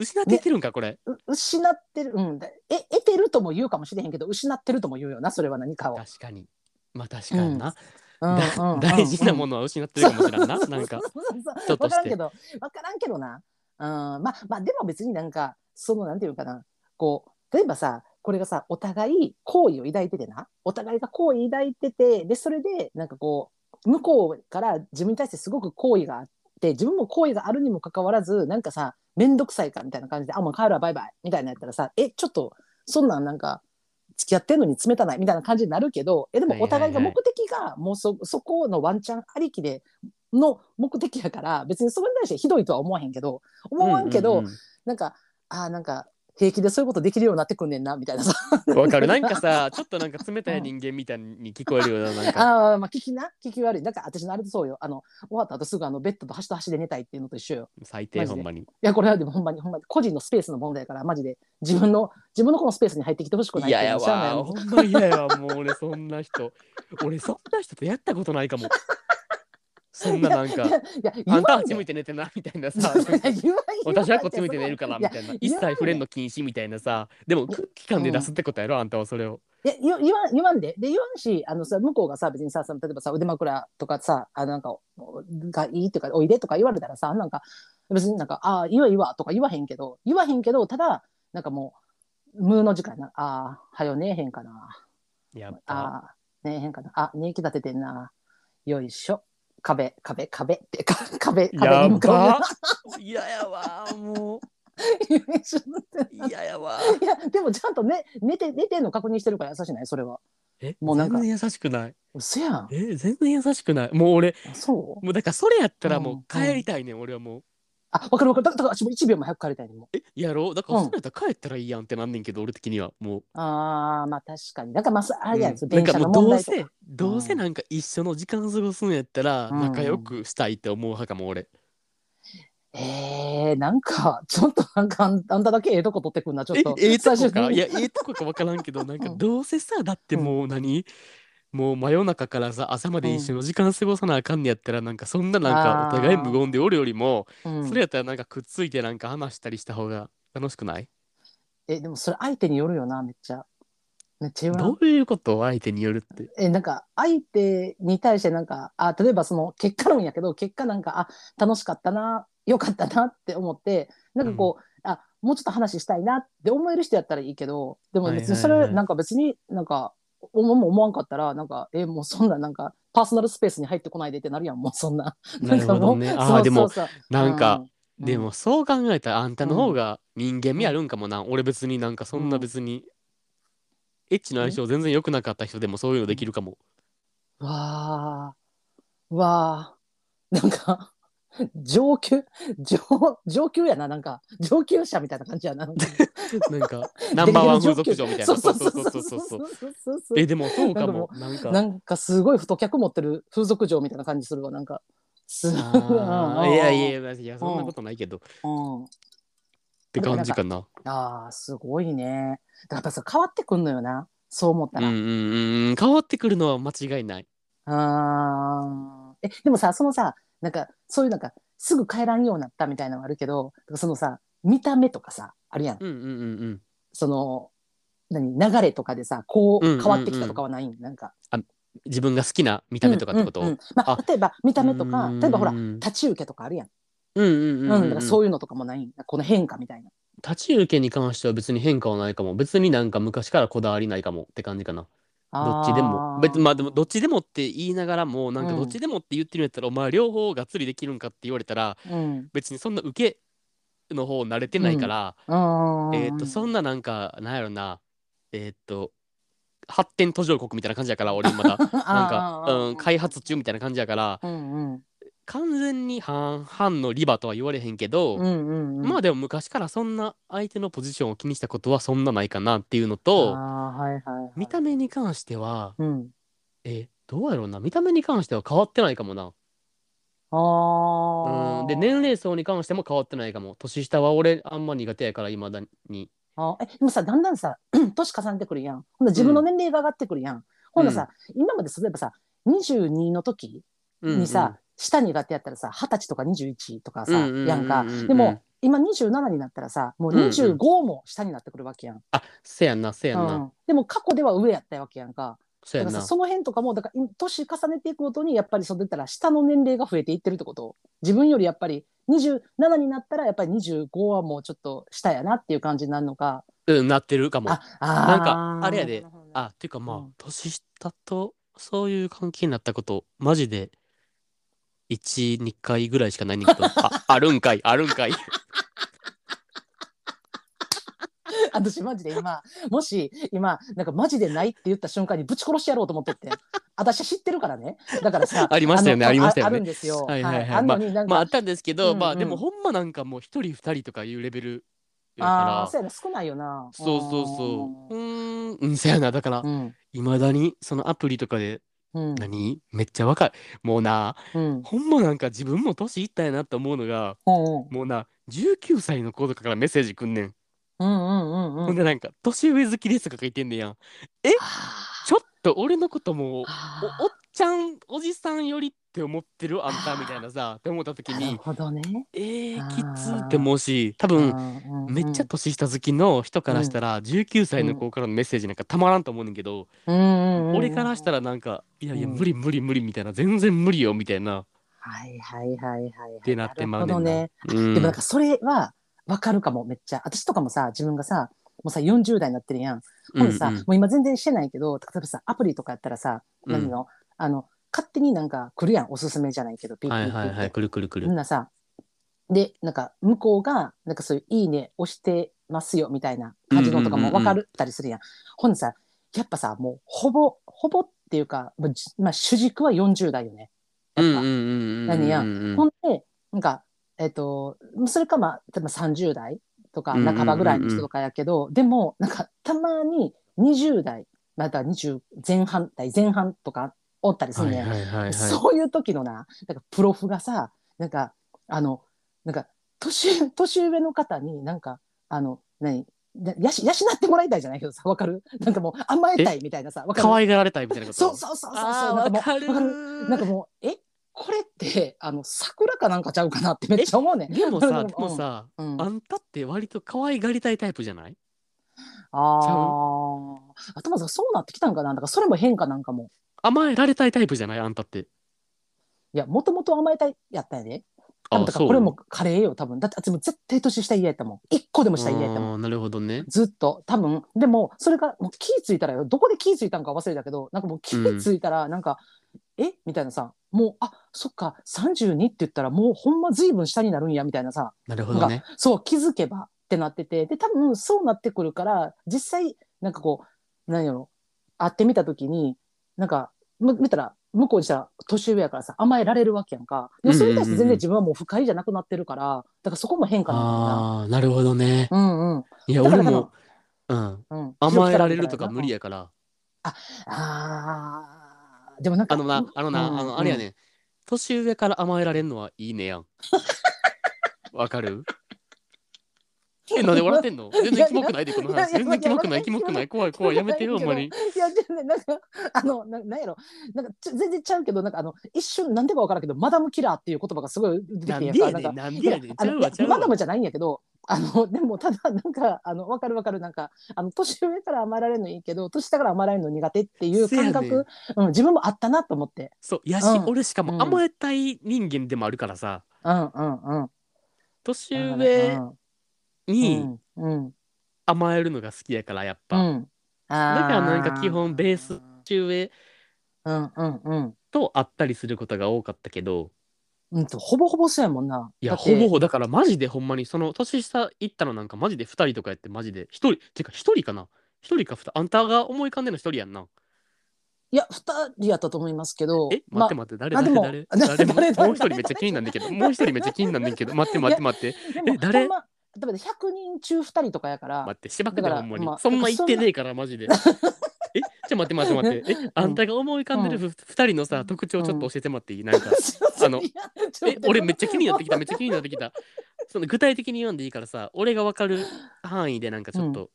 Speaker 1: 失っていってるんかこれ、
Speaker 2: う失ってる、うん、だえ得てるとも言うかもしれへんけど失ってるとも言うよなそれは何かを。
Speaker 1: 確かにまあ確かにな、
Speaker 2: うん
Speaker 1: だ
Speaker 2: うんうん
Speaker 1: 大事なもの
Speaker 2: の
Speaker 1: は失ってるかもしれん な、なんかちょっと
Speaker 2: 分か
Speaker 1: し
Speaker 2: らんけ
Speaker 1: て
Speaker 2: ど分からんけどな。うん、まあまあでも別になんかそのなんていうかなこう例えばさこれがさお互い好意を抱いててなお互いが好意抱いててでそれでなんかこう向こうから自分に対してすごく好意があって自分も好意があるにもかかわらずなんかさ面倒くさいからみたいな感じで「あもう帰るわバイバイ」みたいなやったらさ「えちょっとそんなんなんか付き合ってんのに冷たない」みたいな感じになるけどえで
Speaker 1: は
Speaker 2: も
Speaker 1: いは
Speaker 2: お
Speaker 1: いはい
Speaker 2: 互いが目的がもうそそこのワンチャンありきでの目的やから別にそこに対してひどいとは思わへんけど思わんけど、
Speaker 1: うんうんうん
Speaker 2: なんかあーなんか平気でそういうことできるようになってくんねんなみたいなさ
Speaker 1: わかるなんかさちょっとなんか冷たい人間みたいに聞こえるようななんか
Speaker 2: あーまあ聞きな聞き悪いなんか私のあれとそうよあの終わった後すぐあのベッドと端と端で寝たいっていうのと一緒よ
Speaker 1: 最低
Speaker 2: マジ
Speaker 1: ほ
Speaker 2: で
Speaker 1: んまに
Speaker 2: いやこれはでもほんまにほんまに個人のスペースの問題やからマジで自分の自分のこのスペースに入ってきてほしくない
Speaker 1: い
Speaker 2: っ
Speaker 1: や
Speaker 2: ていう
Speaker 1: や
Speaker 2: のしゃあない
Speaker 1: わ
Speaker 2: よ
Speaker 1: ほんま嫌やわもう俺そんな人俺そんな人とやったことないかもそんななん
Speaker 2: いや
Speaker 1: か
Speaker 2: いや言
Speaker 1: あんたは
Speaker 2: わ
Speaker 1: あ
Speaker 2: ん
Speaker 1: っち
Speaker 2: で
Speaker 1: 向いて寝てなみたいな
Speaker 2: いや
Speaker 1: さ
Speaker 2: 言わん
Speaker 1: 私はこっち向いて寝るから
Speaker 2: い
Speaker 1: み
Speaker 2: や
Speaker 1: たいな
Speaker 2: や
Speaker 1: 一
Speaker 2: 言わ
Speaker 1: 切
Speaker 2: んで
Speaker 1: フレンド禁止みたいなさでも空気感で出すってことやろあんたはそれを
Speaker 2: いや言わ言わん言わんでで言わんしあのさ向こうがさ別にさその例えばさ腕枕とかさあなんかがいいとかおいでとか言われたらさなんか別になんかああいいわいいわとか言わへんけど言わへんけどただなんかもう無の時間やなああはよ寝えへんかな
Speaker 1: やっぱ
Speaker 2: ああ寝えへんかなあ寝息立ててんなよいしょ壁壁壁ってか壁壁
Speaker 1: や
Speaker 2: に向か
Speaker 1: ば 嫌やわも
Speaker 2: うよいしょ
Speaker 1: う嫌やわ
Speaker 2: いやでもちゃんと、ね、寝て寝てんの確認してるから優しないそれは
Speaker 1: え
Speaker 2: もうなんか
Speaker 1: 全然優しくない
Speaker 2: 嘘やん
Speaker 1: え全然優しくないもう俺
Speaker 2: そう
Speaker 1: もうだからそれやったら
Speaker 2: う
Speaker 1: も
Speaker 2: ん
Speaker 1: う帰りたいねん俺はもう
Speaker 2: あ、わかるわかる。だだから私も1秒も早く帰りたいねんもう
Speaker 1: やろうだから
Speaker 2: うん
Speaker 1: それやったら帰ったらいいやんってなんねんけど俺的にはもう
Speaker 2: ああ、まあ確かに。なんかまあ、そあれやん、
Speaker 1: うん
Speaker 2: 電車の問題とか。
Speaker 1: なんかもうどうせどうせなんか一緒の時間過ごすんやったら
Speaker 2: うん
Speaker 1: 仲良くしたいって思う派かも俺、
Speaker 2: えー、なんか、ちょっとなんかあんあんただけええとこ取ってくんな、ちょっと。
Speaker 1: えええとこ
Speaker 2: 最
Speaker 1: か
Speaker 2: 初に
Speaker 1: いやええとこか分からんけどなんか
Speaker 2: うん
Speaker 1: どうせさだってもう何、もう真夜中からさ朝まで一緒の時間過ごさなあかんねやったらなんかそんななんか
Speaker 2: あ
Speaker 1: お
Speaker 2: ー
Speaker 1: 互い無言でおるよりも、
Speaker 2: うん
Speaker 1: それやったらなんかくっついてなんか話したりした方が楽しくない、
Speaker 2: え、でもそれ相手によるよな、めっちゃ。めっちゃ言わん
Speaker 1: どういうことを相手によるって
Speaker 2: え、なんか相手に対してなんか、あ、例えばその結果論やけど、結果なんか、あ、楽しかったな、よかったなって思って、なんかこう、あ、もうちょっと話したいなって思える人やったらいいけど、でも別にそ
Speaker 1: はいはい
Speaker 2: れ、
Speaker 1: はい
Speaker 2: なんか別になんか、思うも思わんかったら、なんか、え、もうそんななんか、パーソナルスペースに入ってこないでってなるやん、もう そんな。
Speaker 1: なるほどね
Speaker 2: なんか
Speaker 1: ああでも
Speaker 2: そうそうそう
Speaker 1: なんか、、
Speaker 2: うん
Speaker 1: でも、そう考えたらあんたの方が人間味あるんかもな、俺別になんかそんな別に、エッチの相性全然良くなかった人でもそういうのできるかも、
Speaker 2: うんわあ、わあ、なんか、上級上上級やななんか上級者みたいな感 じやな なんか
Speaker 1: なんかナンバーワン風俗嬢みたいな
Speaker 2: そうそうそうそうそう
Speaker 1: そうそう
Speaker 2: そうそう
Speaker 1: えでもそうかもなんか
Speaker 2: なんかすごい太客持ってる風俗嬢みたいな感じするわなんかす
Speaker 1: あ
Speaker 2: う
Speaker 1: ー
Speaker 2: ん
Speaker 1: いやいやいやそんなことないけどっ
Speaker 2: うん
Speaker 1: て感じかな
Speaker 2: あーすごいねだからやっぱさ変わってくんのよなそう思った
Speaker 1: うんう
Speaker 2: ら、
Speaker 1: んうんうん変わってくるのは間違いない
Speaker 2: あーえでもさそのさなんかそういうなんかすぐ帰らんようになったみたいなのはあるけどそのさ見た目とかさあるやん
Speaker 1: うんうんうんうん
Speaker 2: その何流れとかでさこう
Speaker 1: うんうんうん
Speaker 2: 変わってきたとかはないん、なんか
Speaker 1: 自分が好きな見た目とかってこと、
Speaker 2: うんうんうんまあ
Speaker 1: あ
Speaker 2: 例えば見た目とか
Speaker 1: うん
Speaker 2: 例えばほら
Speaker 1: うん
Speaker 2: 立ち受けとかあるやん、
Speaker 1: うんうん
Speaker 2: う
Speaker 1: うんんうん
Speaker 2: だからそういうのとかもないんこの変化みたいな
Speaker 1: 立ち受けに関しては別に変化はないかも別になんか昔からこだわりないかもって感じかなどっちでも別にまあでもどっちでもって言いながらもなんか
Speaker 2: うん
Speaker 1: どっちでもって言ってるんやったら、お前両方がっつりできるんかって言われたら
Speaker 2: うん
Speaker 1: 別にそんな受けの方慣れてないから、
Speaker 2: うん
Speaker 1: えーっとそんななんかなんやろなえーっと発展 途上国みたいな感じやから俺まだ
Speaker 2: な
Speaker 1: なんか、うん、開発
Speaker 2: 中
Speaker 1: 中みたいな感じやから
Speaker 2: うんうん
Speaker 1: 完全に半々のリバとは言われへんけど、
Speaker 2: うんうんうん、
Speaker 1: まあでも昔からそんな相手のポジションを気にしたことはそんなないかなっていうの
Speaker 2: あ
Speaker 1: と
Speaker 2: ーはいはいはい
Speaker 1: 見た目に関しては
Speaker 2: うん、
Speaker 1: えどうやろうな見た目に関しては変わってないかもな
Speaker 2: あ
Speaker 1: うん
Speaker 2: ー
Speaker 1: で年齢層に関しても変わってないかも年下は俺あんま苦手やからいまだに
Speaker 2: あえでもさだんだんさ 年重ねてくるやんほんな自分の年齢が上がってくるやん、ほんなさ、今まで例えばさ22の時
Speaker 1: うん
Speaker 2: にさ、下苦手やったらさ二十歳とか21とかさ、
Speaker 1: うんうんうんうん
Speaker 2: やんかでも今27になったらさもう25も下になってくるわけやん、
Speaker 1: あせやんなせやんな、
Speaker 2: うんでも過去では上やったわけやんか
Speaker 1: せ
Speaker 2: だ
Speaker 1: や
Speaker 2: か
Speaker 1: ん
Speaker 2: ら
Speaker 1: な
Speaker 2: さその辺とかもだからい年重ねていくごとにやっぱりそう言ったら下の年齢が増えていってるってこと自分よりやっぱり27になったらやっぱり25はもうちょっと下やなっていう感じになるのか
Speaker 1: うんなってるかも
Speaker 2: ああ
Speaker 1: な
Speaker 2: なん
Speaker 1: かあれやであっていうかまあ、
Speaker 2: うん
Speaker 1: 年下とそういう関係になったことマジで12回ぐらいしかないねん けどああるんかいあるんかい
Speaker 2: 私マジで今もし今なんかマジでないって言った瞬間にぶち殺してやろうと思ってって私は知ってるからねだからさ
Speaker 1: ありましたよね
Speaker 2: の
Speaker 1: ありましたよね
Speaker 2: あるんですよ
Speaker 1: はいはいはい
Speaker 2: あんのになん
Speaker 1: まああ
Speaker 2: か、
Speaker 1: ったんですけど、
Speaker 2: うん
Speaker 1: まあ
Speaker 2: うん
Speaker 1: でもほんまなんかもう一人二人とかいうレベルや
Speaker 2: ああー
Speaker 1: か
Speaker 2: そ
Speaker 1: ら
Speaker 2: うやな少ないよな
Speaker 1: そうそうそううーんうんせやなだから
Speaker 2: うん
Speaker 1: いまだにそのアプリとかで
Speaker 2: うん
Speaker 1: 何めっちゃ若いもうな
Speaker 2: うん
Speaker 1: ほんまなんか自分も年いったやなって思うのが
Speaker 2: うん
Speaker 1: もうな19歳の子とかからメッセージくんねん、
Speaker 2: うんうんうん
Speaker 1: ほんでなんか年上好きですとか書いてんねやんちょっと俺のこともうおおっちゃんおじさんよりって思ってるあんたみたいなさって思った時
Speaker 2: なる
Speaker 1: に
Speaker 2: ほどね
Speaker 1: えー、きつって思うし多分めっちゃ年下好きの人からしたら19歳の子からのメッセージなんかたまらんと思うねんだけど俺
Speaker 2: 俺
Speaker 1: からしたらなんかいやいや
Speaker 2: うん
Speaker 1: 無理無理無理みたいな全然無理よみたいなっ
Speaker 2: はいはいはいはいはい
Speaker 1: てなってまう
Speaker 2: なる
Speaker 1: ね
Speaker 2: ほ
Speaker 1: ん
Speaker 2: ど
Speaker 1: な。う
Speaker 2: ね
Speaker 1: ん
Speaker 2: でもなんかそれはわかるかもめっちゃ私とかもさ自分がさもうさ40代になってるやんほんでさ、
Speaker 1: うんうん
Speaker 2: もう今全然してないけど例えばさアプリとかやったらさ
Speaker 1: うん
Speaker 2: 何の,、あの勝手になんか来るやんおすすめじゃないけどピッピ
Speaker 1: はい
Speaker 2: ッピッ
Speaker 1: はいはいくるくるく
Speaker 2: みん
Speaker 1: る。
Speaker 2: なさでなんか向こうがなんかそういう「いいね」押してますよみたいな感じのとかも分かるったりするやん,、ほんでさやっぱさもうほぼほぼっていうか、まあじまあ、主軸は40代よねやっぱ、何や
Speaker 1: ん
Speaker 2: ほんで、なんか、えっ、と、それかまあ、例えば30代とか
Speaker 1: うんうんうんうん
Speaker 2: 半ばぐらいの人とかやけど、でも、なんか、たまに20代、また20前半代、前半とかおったりする
Speaker 1: はい
Speaker 2: ね、
Speaker 1: はいはいは
Speaker 2: そういう時のな、なんか、プロフがさ、なんか、あの、なんか、年、年上の方になんか、あの、何なやし、養ってもらいたいじゃないけどさ、わかるなんかもう甘えたいみたいなさ、
Speaker 1: い。
Speaker 2: わかる
Speaker 1: 可愛がられたいみたいなこと。
Speaker 2: そうそうそうそうそう。
Speaker 1: あー
Speaker 2: なんもう
Speaker 1: わかる
Speaker 2: わかるなんかもう、え、これって、あの、桜かなんかちゃうかなってめっちゃ思うねん。
Speaker 1: でも
Speaker 2: う
Speaker 1: さ、
Speaker 2: ん
Speaker 1: でもさ、
Speaker 2: うん、
Speaker 1: あ
Speaker 2: あ
Speaker 1: んたって割と可愛がりたいタイプじゃないちゃ
Speaker 2: あ。頭さ、そうなってきたんかな、だから、それも変化なんかも。
Speaker 1: 甘えられたいタイプじゃないあんたって。
Speaker 2: いや、もともと甘えたいやったんやで。多分
Speaker 1: あ、
Speaker 2: だか
Speaker 1: そ
Speaker 2: ら
Speaker 1: う。
Speaker 2: これもカレーよ、多分。だって、でも絶対年下嫌やったもん。一個でも下嫌やったもん。
Speaker 1: あーなるほどね。
Speaker 2: ずっと多分でもそれがもう気ぃついたらよどこで気ぃついたんか忘れたけどなんかもう気ぃついたらなんか、えみたいなさもうあそっか32って言ったらもうほんま随分下になるんやみたいなさ
Speaker 1: なるほ
Speaker 2: なん
Speaker 1: ど
Speaker 2: か、
Speaker 1: ね。
Speaker 2: そう気づけばってなっててで多分そうなってくるから実際なんかこう何やろ会ってみた時になんかむ見たら向こうにしたら年上やからさ甘えられるわけやんかでもそれに対して全然自分はもう不快じゃなくなってるから、だからそこも変化なんだな。
Speaker 1: ああー、なるほどね。
Speaker 2: うんうん
Speaker 1: いや、
Speaker 2: だか
Speaker 1: 俺
Speaker 2: ら
Speaker 1: も、うん。
Speaker 2: うん、
Speaker 1: 甘えられるとか無理
Speaker 2: や
Speaker 1: やから。
Speaker 2: あーでもなんか
Speaker 1: あのな、あのな、
Speaker 2: うん
Speaker 1: あの、あれやね。年上から甘えられんのはいいね やん。わかるえ、なんで笑ってんの全
Speaker 2: い
Speaker 1: 然
Speaker 2: や
Speaker 1: キモくないで、この話。
Speaker 2: いやい
Speaker 1: 全
Speaker 2: や
Speaker 1: 然キモくない、
Speaker 2: いやいや
Speaker 1: キモくない、怖い、怖い、やめてよ、ほんまに。
Speaker 2: いやでもねなんかあのななんやろなんかちょ全然ちゃうけどなんかあの一瞬なんでかわからんけどマダムキラーっていう言葉がすごい出て
Speaker 1: な
Speaker 2: き
Speaker 1: ん
Speaker 2: て
Speaker 1: でや
Speaker 2: な
Speaker 1: ね
Speaker 2: んか
Speaker 1: ん、なんでやねん。ちゃうわ、ちゃ
Speaker 2: いや
Speaker 1: う
Speaker 2: マダム
Speaker 1: わ。
Speaker 2: じゃないんやけどあのでもただなんかあのわかるわかるなんかあの年上から甘えられるのいいけど年下から甘えられるの苦手っていう感
Speaker 1: せやね
Speaker 2: 覚、うん、自分もあったなと思って
Speaker 1: そう、やし
Speaker 2: うん、
Speaker 1: 俺しかも甘えたい人間でもあるからさ。
Speaker 2: うんうんうん
Speaker 1: 年上に
Speaker 2: うんうん
Speaker 1: 甘えるのが好きやから、やっ
Speaker 2: う
Speaker 1: ぱ。
Speaker 2: ん
Speaker 1: だからなんか基本ベース年上
Speaker 2: うんうんうん
Speaker 1: と会ったりすることが多かったけど、
Speaker 2: うんと、ほぼほぼそうやもんな。
Speaker 1: いや、
Speaker 2: だって
Speaker 1: ほぼほぼ、だからマジでほんまに、その年下行ったのなんかマジで2人とかやってマジで、1人、てか1人かな ?1 人か2人、あんたが思い浮かんでの1人やんな。
Speaker 2: いや、二人やったと思いますけど、
Speaker 1: え待
Speaker 2: ま
Speaker 1: って待って、誰
Speaker 2: あでも
Speaker 1: 誰
Speaker 2: あで
Speaker 1: 誰
Speaker 2: 誰
Speaker 1: 誰
Speaker 2: 誰
Speaker 1: もう一人めっちゃ気になんだけど、もう一人めっちゃ気になんだけど、待って待って待って、
Speaker 2: でも
Speaker 1: え誰
Speaker 2: ほんま多分ね100人中2人とかやから、
Speaker 1: 待って、しばくで
Speaker 2: だから
Speaker 1: ほんまに
Speaker 2: まあ。
Speaker 1: そんな言ってねえから、マジ で。えちょ待って待って待って、えあんたが思い浮かんでるふ二人のさ、特徴ちょっと教えてもらっていい なんか。あの
Speaker 2: いやちょっと待
Speaker 1: え
Speaker 2: って
Speaker 1: 俺めっちゃ気になってきためっちゃ気になってきたその具体的に読んでいいからさ俺が分かる範囲でなんかちょっと、
Speaker 2: うん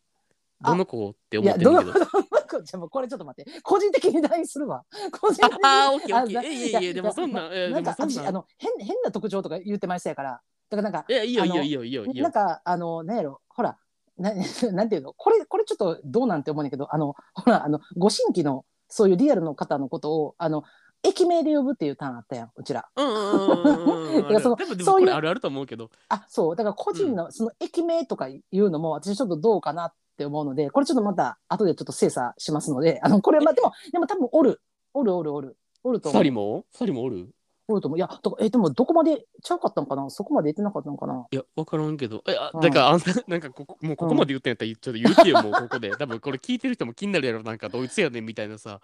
Speaker 2: あ
Speaker 1: どの子って
Speaker 2: い
Speaker 1: 思っ
Speaker 2: や
Speaker 1: てる
Speaker 2: ど
Speaker 1: んだ
Speaker 2: の
Speaker 1: け
Speaker 2: ど
Speaker 1: ど
Speaker 2: のじゃあもう これちょっと待って個人的に LINE するわ個人的に
Speaker 1: ああオッケーオッケ
Speaker 2: あ
Speaker 1: ーいやいやでもそんなえで
Speaker 2: なんか
Speaker 1: もそん
Speaker 2: 私あ
Speaker 1: な
Speaker 2: の変変な特徴とか言ってましたやからだからなんか
Speaker 1: いやいいよ
Speaker 2: あ
Speaker 1: いい
Speaker 2: の
Speaker 1: よいいよいいよいい
Speaker 2: なん
Speaker 1: よ
Speaker 2: かあのなんやろほらな なんていうのこれこれちょっとどうなんて思うねんだけどあのほらあのご新規のそういうリアルの方のことをあの駅名で呼ぶっていうターンあったやんうちら
Speaker 1: うんうんうんうんうんあ
Speaker 2: だか
Speaker 1: る
Speaker 2: らその
Speaker 1: 多分でも
Speaker 2: そうい
Speaker 1: こ
Speaker 2: う
Speaker 1: れあるあると思うけど
Speaker 2: あそうだから個人のその駅名とかいうのも私ちょっとどうかなって思うのでこれちょっとまた後でちょっと精査しますのであのこれまあでもでも多分おるおるおるおるおると思
Speaker 1: 二
Speaker 2: う
Speaker 1: 人も二人もおる
Speaker 2: おると思ういやとえでもどこまでちゃうかったのかなそこまで言ってなかったのかない
Speaker 1: や分からんけどえあ
Speaker 2: うん
Speaker 1: だからあんたなん かここもうここまで言ったんやったらちょっと言ってよもうここ で多分これ聞いてる人も気になるやろなんかどいつやねんみたいなさ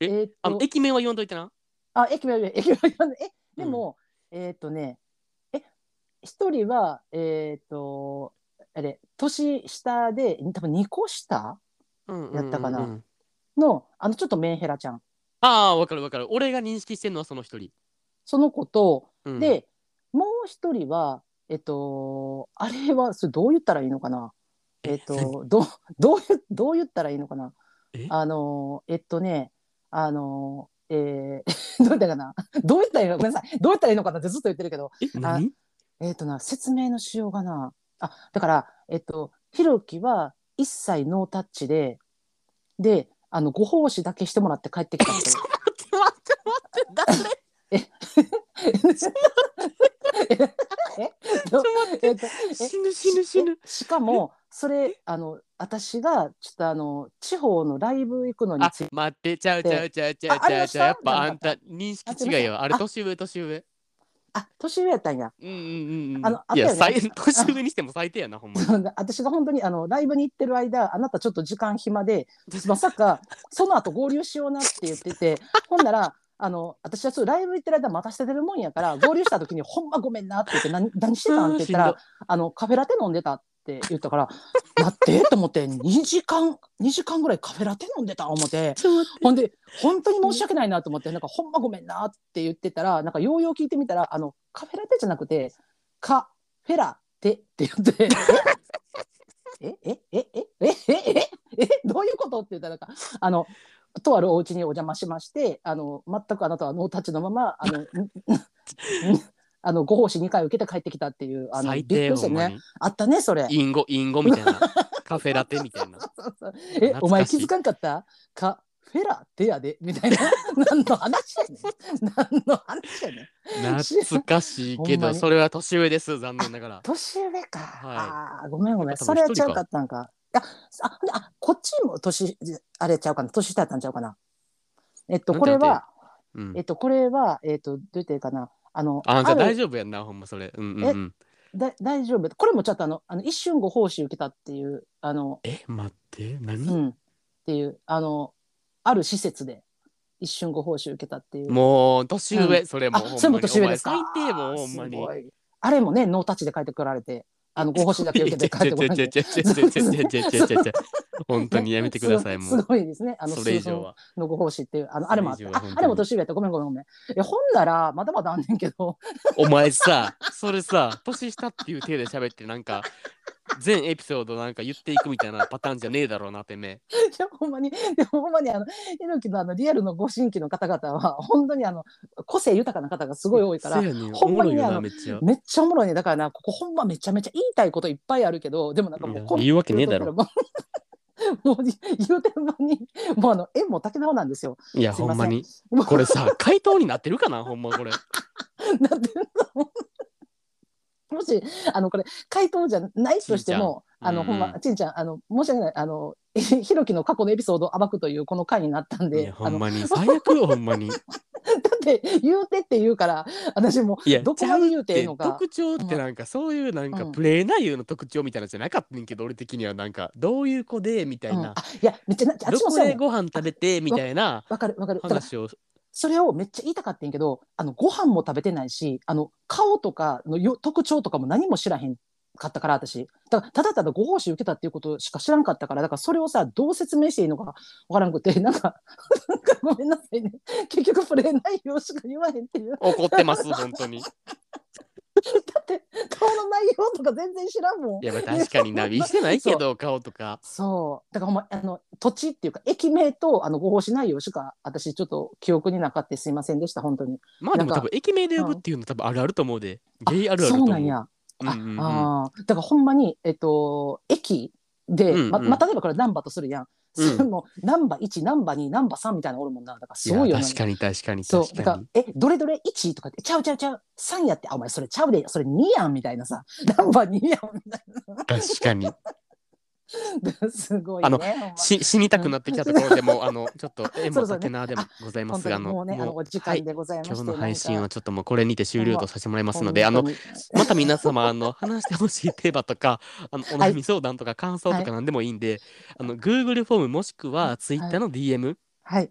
Speaker 1: え
Speaker 2: ーっ
Speaker 1: あの
Speaker 2: と
Speaker 1: 駅名は読んどいてな
Speaker 2: あ駅名駅名えでも、えーっとねえ一人はえーっとあれ年下で多分2個下
Speaker 1: うんうんうんうん
Speaker 2: やったかなのあのちょっとメンヘラちゃん
Speaker 1: ああ分かる分かる俺が認識してるのはその一人
Speaker 2: その子と
Speaker 1: うん
Speaker 2: で、もう一人は、えっと、あれは、それどう言ったらいいのかな。えっと、どう、どう言う、どう言ったらいいのかな
Speaker 1: え。
Speaker 2: あの、えっとね、あの、えー どう言ったらいいかな。どう言ったらいいのか、ごめんなさい。どう言ったらいいのかなってずっと言ってるけど、
Speaker 1: え 何
Speaker 2: えっとな、説明のしようがな。あ、だから、えっと、ひろきは一切ノータッチで、で、あの、ご奉仕だけしてもらって帰ってきたって。
Speaker 1: 待って待って待って
Speaker 2: え どえっと、
Speaker 1: 誰 死ぬ死ぬ死ぬ
Speaker 2: しかもそれあの私がちょっとあの地方のライブ行くのに
Speaker 1: あ
Speaker 2: つい
Speaker 1: 待ってちゃうちゃうちゃうちゃう
Speaker 2: ああ
Speaker 1: ち
Speaker 2: れ
Speaker 1: ゃ
Speaker 2: の
Speaker 1: う
Speaker 2: 下
Speaker 1: ちゃうやっぱあん
Speaker 2: じゃな
Speaker 1: た認識違いよあれ
Speaker 2: あ
Speaker 1: 年上年上
Speaker 2: あ年上やったんや
Speaker 1: うんうんうん
Speaker 2: あのあ
Speaker 1: いや
Speaker 2: ったよね
Speaker 1: 最年上にしても最低やなほん まに
Speaker 2: 私が本当にあのライブに行ってる間あなたちょっと時間暇でまさかその後合流しようなって言って てほんならあの私はちょっとライブ行ってる間待たせてるもんやから合流した時に「ほんまごめんな」って言って何「何してたん?」って言った
Speaker 1: あーしん
Speaker 2: ら「あのカフェラテ飲んでた」って言ったから「待って」と思って2時間2時間ぐらいカフェラテ飲んでた思って。
Speaker 1: ちょっと
Speaker 2: ほんで、本当に申し訳ないなと思って、なんか、ほんまごめんなって言ってたら、なんか、ようよう聞いてみたら、あの、カフェラテじゃなくて、カフェラテって言 って、え、え、え、え、え、え、え、え、え、どういうことって言ったら、なんか、あの、とあるお家にお邪魔しまして、あの、全くあなたはノータッチのまま、あ の、んんあの、ご奉仕2回受けて帰ってきたっていう、あの、び
Speaker 1: 最
Speaker 2: っく
Speaker 1: 低
Speaker 2: りし
Speaker 1: ほ
Speaker 2: た
Speaker 1: んま
Speaker 2: ね。
Speaker 1: に
Speaker 2: あったね、それ。
Speaker 1: インゴインゴみたいなカフェラテみたいな
Speaker 2: そうそう
Speaker 1: 懐
Speaker 2: え
Speaker 1: かしい
Speaker 2: お前気づかんかったカフェラテやでみたいな 何の話やねん何の話やねん
Speaker 1: 懐かしいけ
Speaker 2: ほんま
Speaker 1: ど
Speaker 2: に
Speaker 1: それは年上です残念ながら
Speaker 2: 年上か、
Speaker 1: はい
Speaker 2: あーごめんごめんそれはちゃうかったんかああであこっちも年あれちゃうかな年下やったんちゃうかなえっと
Speaker 1: なんて
Speaker 2: これは
Speaker 1: うん
Speaker 2: えっとこれはえっとどう言っていいかなあの
Speaker 1: あんた
Speaker 2: る
Speaker 1: 大丈夫やんなほんまそれうんうんうん
Speaker 2: だ大丈夫これもちょっとあのあの一瞬ご奉仕受けたっていうあの
Speaker 1: え待って
Speaker 2: う
Speaker 1: 何
Speaker 2: んっていうあのある施設で一瞬ご奉仕受けたっていう
Speaker 1: もう年上それも
Speaker 2: あ
Speaker 1: ほんまに
Speaker 2: それも年上ですか
Speaker 1: お前最低もうほんまに
Speaker 2: すごいあれもねノータッチで帰ってこられて あのご星だけ受けて帰ってこられて
Speaker 1: 本当にやめてください
Speaker 2: ね
Speaker 1: も
Speaker 2: す
Speaker 1: う
Speaker 2: ごいですねあの
Speaker 1: それ以上は
Speaker 2: のご奉仕っていうあのあれもあっ
Speaker 1: それ
Speaker 2: た
Speaker 1: 以上は
Speaker 2: あ
Speaker 1: 本当に
Speaker 2: あれも年上やったごめんごめんごめんえ本ならまだまだあんねんけど
Speaker 1: お前さそれさ年下っていう体で喋ってなんか全エピソードなんか言っていくみたいなパターンじゃねえだろうなてめ
Speaker 2: いやほんまにでもほんまにあの猪木のあのリアルのご新規の方々は本当にあの個性豊かな方がすごい多いから
Speaker 1: せやねん
Speaker 2: ほ
Speaker 1: お
Speaker 2: ん
Speaker 1: も
Speaker 2: ま
Speaker 1: ろ
Speaker 2: に
Speaker 1: い
Speaker 2: ね
Speaker 1: よ
Speaker 2: あ
Speaker 1: な
Speaker 2: の
Speaker 1: めっちゃ
Speaker 2: めっちゃおもろいねだからなここほんまめちゃめちゃ言いたいこといっぱいあるけどでもなんかもうこん
Speaker 1: 言うわけねえだろ
Speaker 2: もう。 もう言うてる間にもうあの縁も竹縄なんですよ。
Speaker 1: いや
Speaker 2: すいま
Speaker 1: ほ
Speaker 2: せん
Speaker 1: んまに
Speaker 2: もう
Speaker 1: これ さ回答になってるかなほんまこれ
Speaker 2: なってるのもしあのこれ回答じゃないとしても
Speaker 1: ちんちゃん
Speaker 2: あの
Speaker 1: うん
Speaker 2: ほんまちんちゃんあの申し訳ないあの ひろきの過去のエピソードを暴くというこの回になったん
Speaker 1: い
Speaker 2: で
Speaker 1: やほ
Speaker 2: あ
Speaker 1: ん
Speaker 2: の
Speaker 1: まに最悪よほんまに
Speaker 2: って言うてって言うから私も
Speaker 1: いや
Speaker 2: どこまで言うてええ
Speaker 1: ちゃ
Speaker 2: の
Speaker 1: う
Speaker 2: か
Speaker 1: って特徴ってなんかそういうなんか
Speaker 2: うん
Speaker 1: プレイ内容の特徴みたいなのじゃなかったねんけど俺的にはなんかどういう子でみたい
Speaker 2: うんあ
Speaker 1: ない
Speaker 2: やめっちゃなあっ
Speaker 1: ど
Speaker 2: ち
Speaker 1: こ
Speaker 2: もそうや
Speaker 1: で
Speaker 2: ねん
Speaker 1: ご飯食べてみたいな
Speaker 2: わかるわかるだから
Speaker 1: 話を
Speaker 2: それをめっちゃ言いたかったんやけどあのご飯も食べてないしあの顔とかのよ特徴とかも何も知らへんかったから私だからただただご奉仕受けたっていうことしか知らんかったからだからそれをさどう説明していいのかわからんくて なんかなんかごめんなさいね結局プレイ内容しか言わへんっていう
Speaker 1: 怒ってます本当にい
Speaker 2: だって顔の内容とか全然知らんもん
Speaker 1: やまあ確かにナビしてないけど顔とか
Speaker 2: そうだからほんまあの土地っていうか駅名とあのご奉仕内容しか私ちょっと記憶になかってすいませんでした本当に
Speaker 1: まあでも
Speaker 2: なん
Speaker 1: 多
Speaker 2: か
Speaker 1: 分駅名で呼ぶっていうの多分あるあると思うでゲイあるあると
Speaker 2: そう
Speaker 1: 思う
Speaker 2: なんや
Speaker 1: うんうんうん
Speaker 2: ああだからほんまに、えっと、駅で、
Speaker 1: うんうん
Speaker 2: ままあ、例えばこれナンバーとするやん、
Speaker 1: うん
Speaker 2: それもナンバー1ナンバー2ナンバー3みたいなのおるもんなだからす
Speaker 1: いや
Speaker 2: ごいよね
Speaker 1: 確かに確かに
Speaker 2: そう
Speaker 1: 確
Speaker 2: だ
Speaker 1: か
Speaker 2: から
Speaker 1: に
Speaker 2: えどれどれ1とかってちゃうちゃうちゃう3やってあお前それちゃうでそれ2やんみたいなさナンバー2やんみたい
Speaker 1: 確か に
Speaker 2: なすごいね
Speaker 1: あの
Speaker 2: ほんま
Speaker 1: し死にたくなってきたところでもうあのちょっ と縁
Speaker 2: そ
Speaker 1: も
Speaker 2: ろそろね
Speaker 1: 竹縄でもございま
Speaker 2: 本
Speaker 1: す
Speaker 2: 当
Speaker 1: が
Speaker 2: に
Speaker 1: あの
Speaker 2: もうねあのお時間でございまして、
Speaker 1: 今日の配信
Speaker 2: なん
Speaker 1: は
Speaker 2: か
Speaker 1: ちょっともうこれにて終了とさせてもらいますので、あの
Speaker 2: 本当に
Speaker 1: また皆様あの話してほしいテーマとかあのお
Speaker 2: はい
Speaker 1: 悩み相談とか感想と
Speaker 2: は
Speaker 1: か何でもいいんで、あの Google フォームもしくは Twitter の DM、
Speaker 2: はい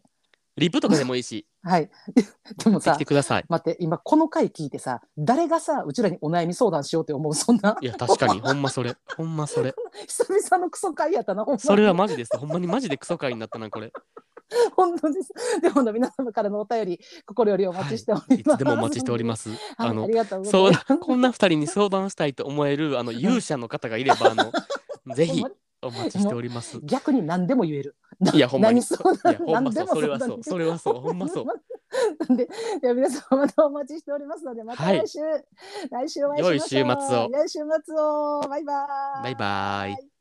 Speaker 1: リプとかでもいいし
Speaker 2: はい で
Speaker 1: 送っ
Speaker 2: もさ
Speaker 1: てきてください。
Speaker 2: 待って今この回聞いてさ誰がさうちらにお悩み相談しようって思うそんない
Speaker 1: や確かにほんまそれほんまそれ
Speaker 2: 久々のクソ会やったな、ほんまに
Speaker 1: それはマジですほんまにマジでクソ回になったな これ
Speaker 2: 本当です。でも、皆様からのお便り、心よりお待ちしており
Speaker 1: い
Speaker 2: ます。。
Speaker 1: つでもお待ちしておりますす。
Speaker 2: はい、
Speaker 1: あ
Speaker 2: あ
Speaker 1: の
Speaker 2: りがとうござい
Speaker 1: そう
Speaker 2: ます。
Speaker 1: こんな二人に相談したいと思えるあの勇者の方がいればあ のぜひ
Speaker 2: ほんま
Speaker 1: お待ちしております。
Speaker 2: 逆に何でも言える。
Speaker 1: いやほんまに
Speaker 2: 何そう
Speaker 1: い
Speaker 2: な
Speaker 1: やほんまそ
Speaker 2: 何で
Speaker 1: う
Speaker 2: も
Speaker 1: それはそうそれはそうほんま そう。
Speaker 2: なんで、では皆様またお待ちしておりますので、また
Speaker 1: はい
Speaker 2: 来週、来週お会いしましょう。
Speaker 1: 良い週末を
Speaker 2: 良い週末を。バイバイ。
Speaker 1: バイバイ。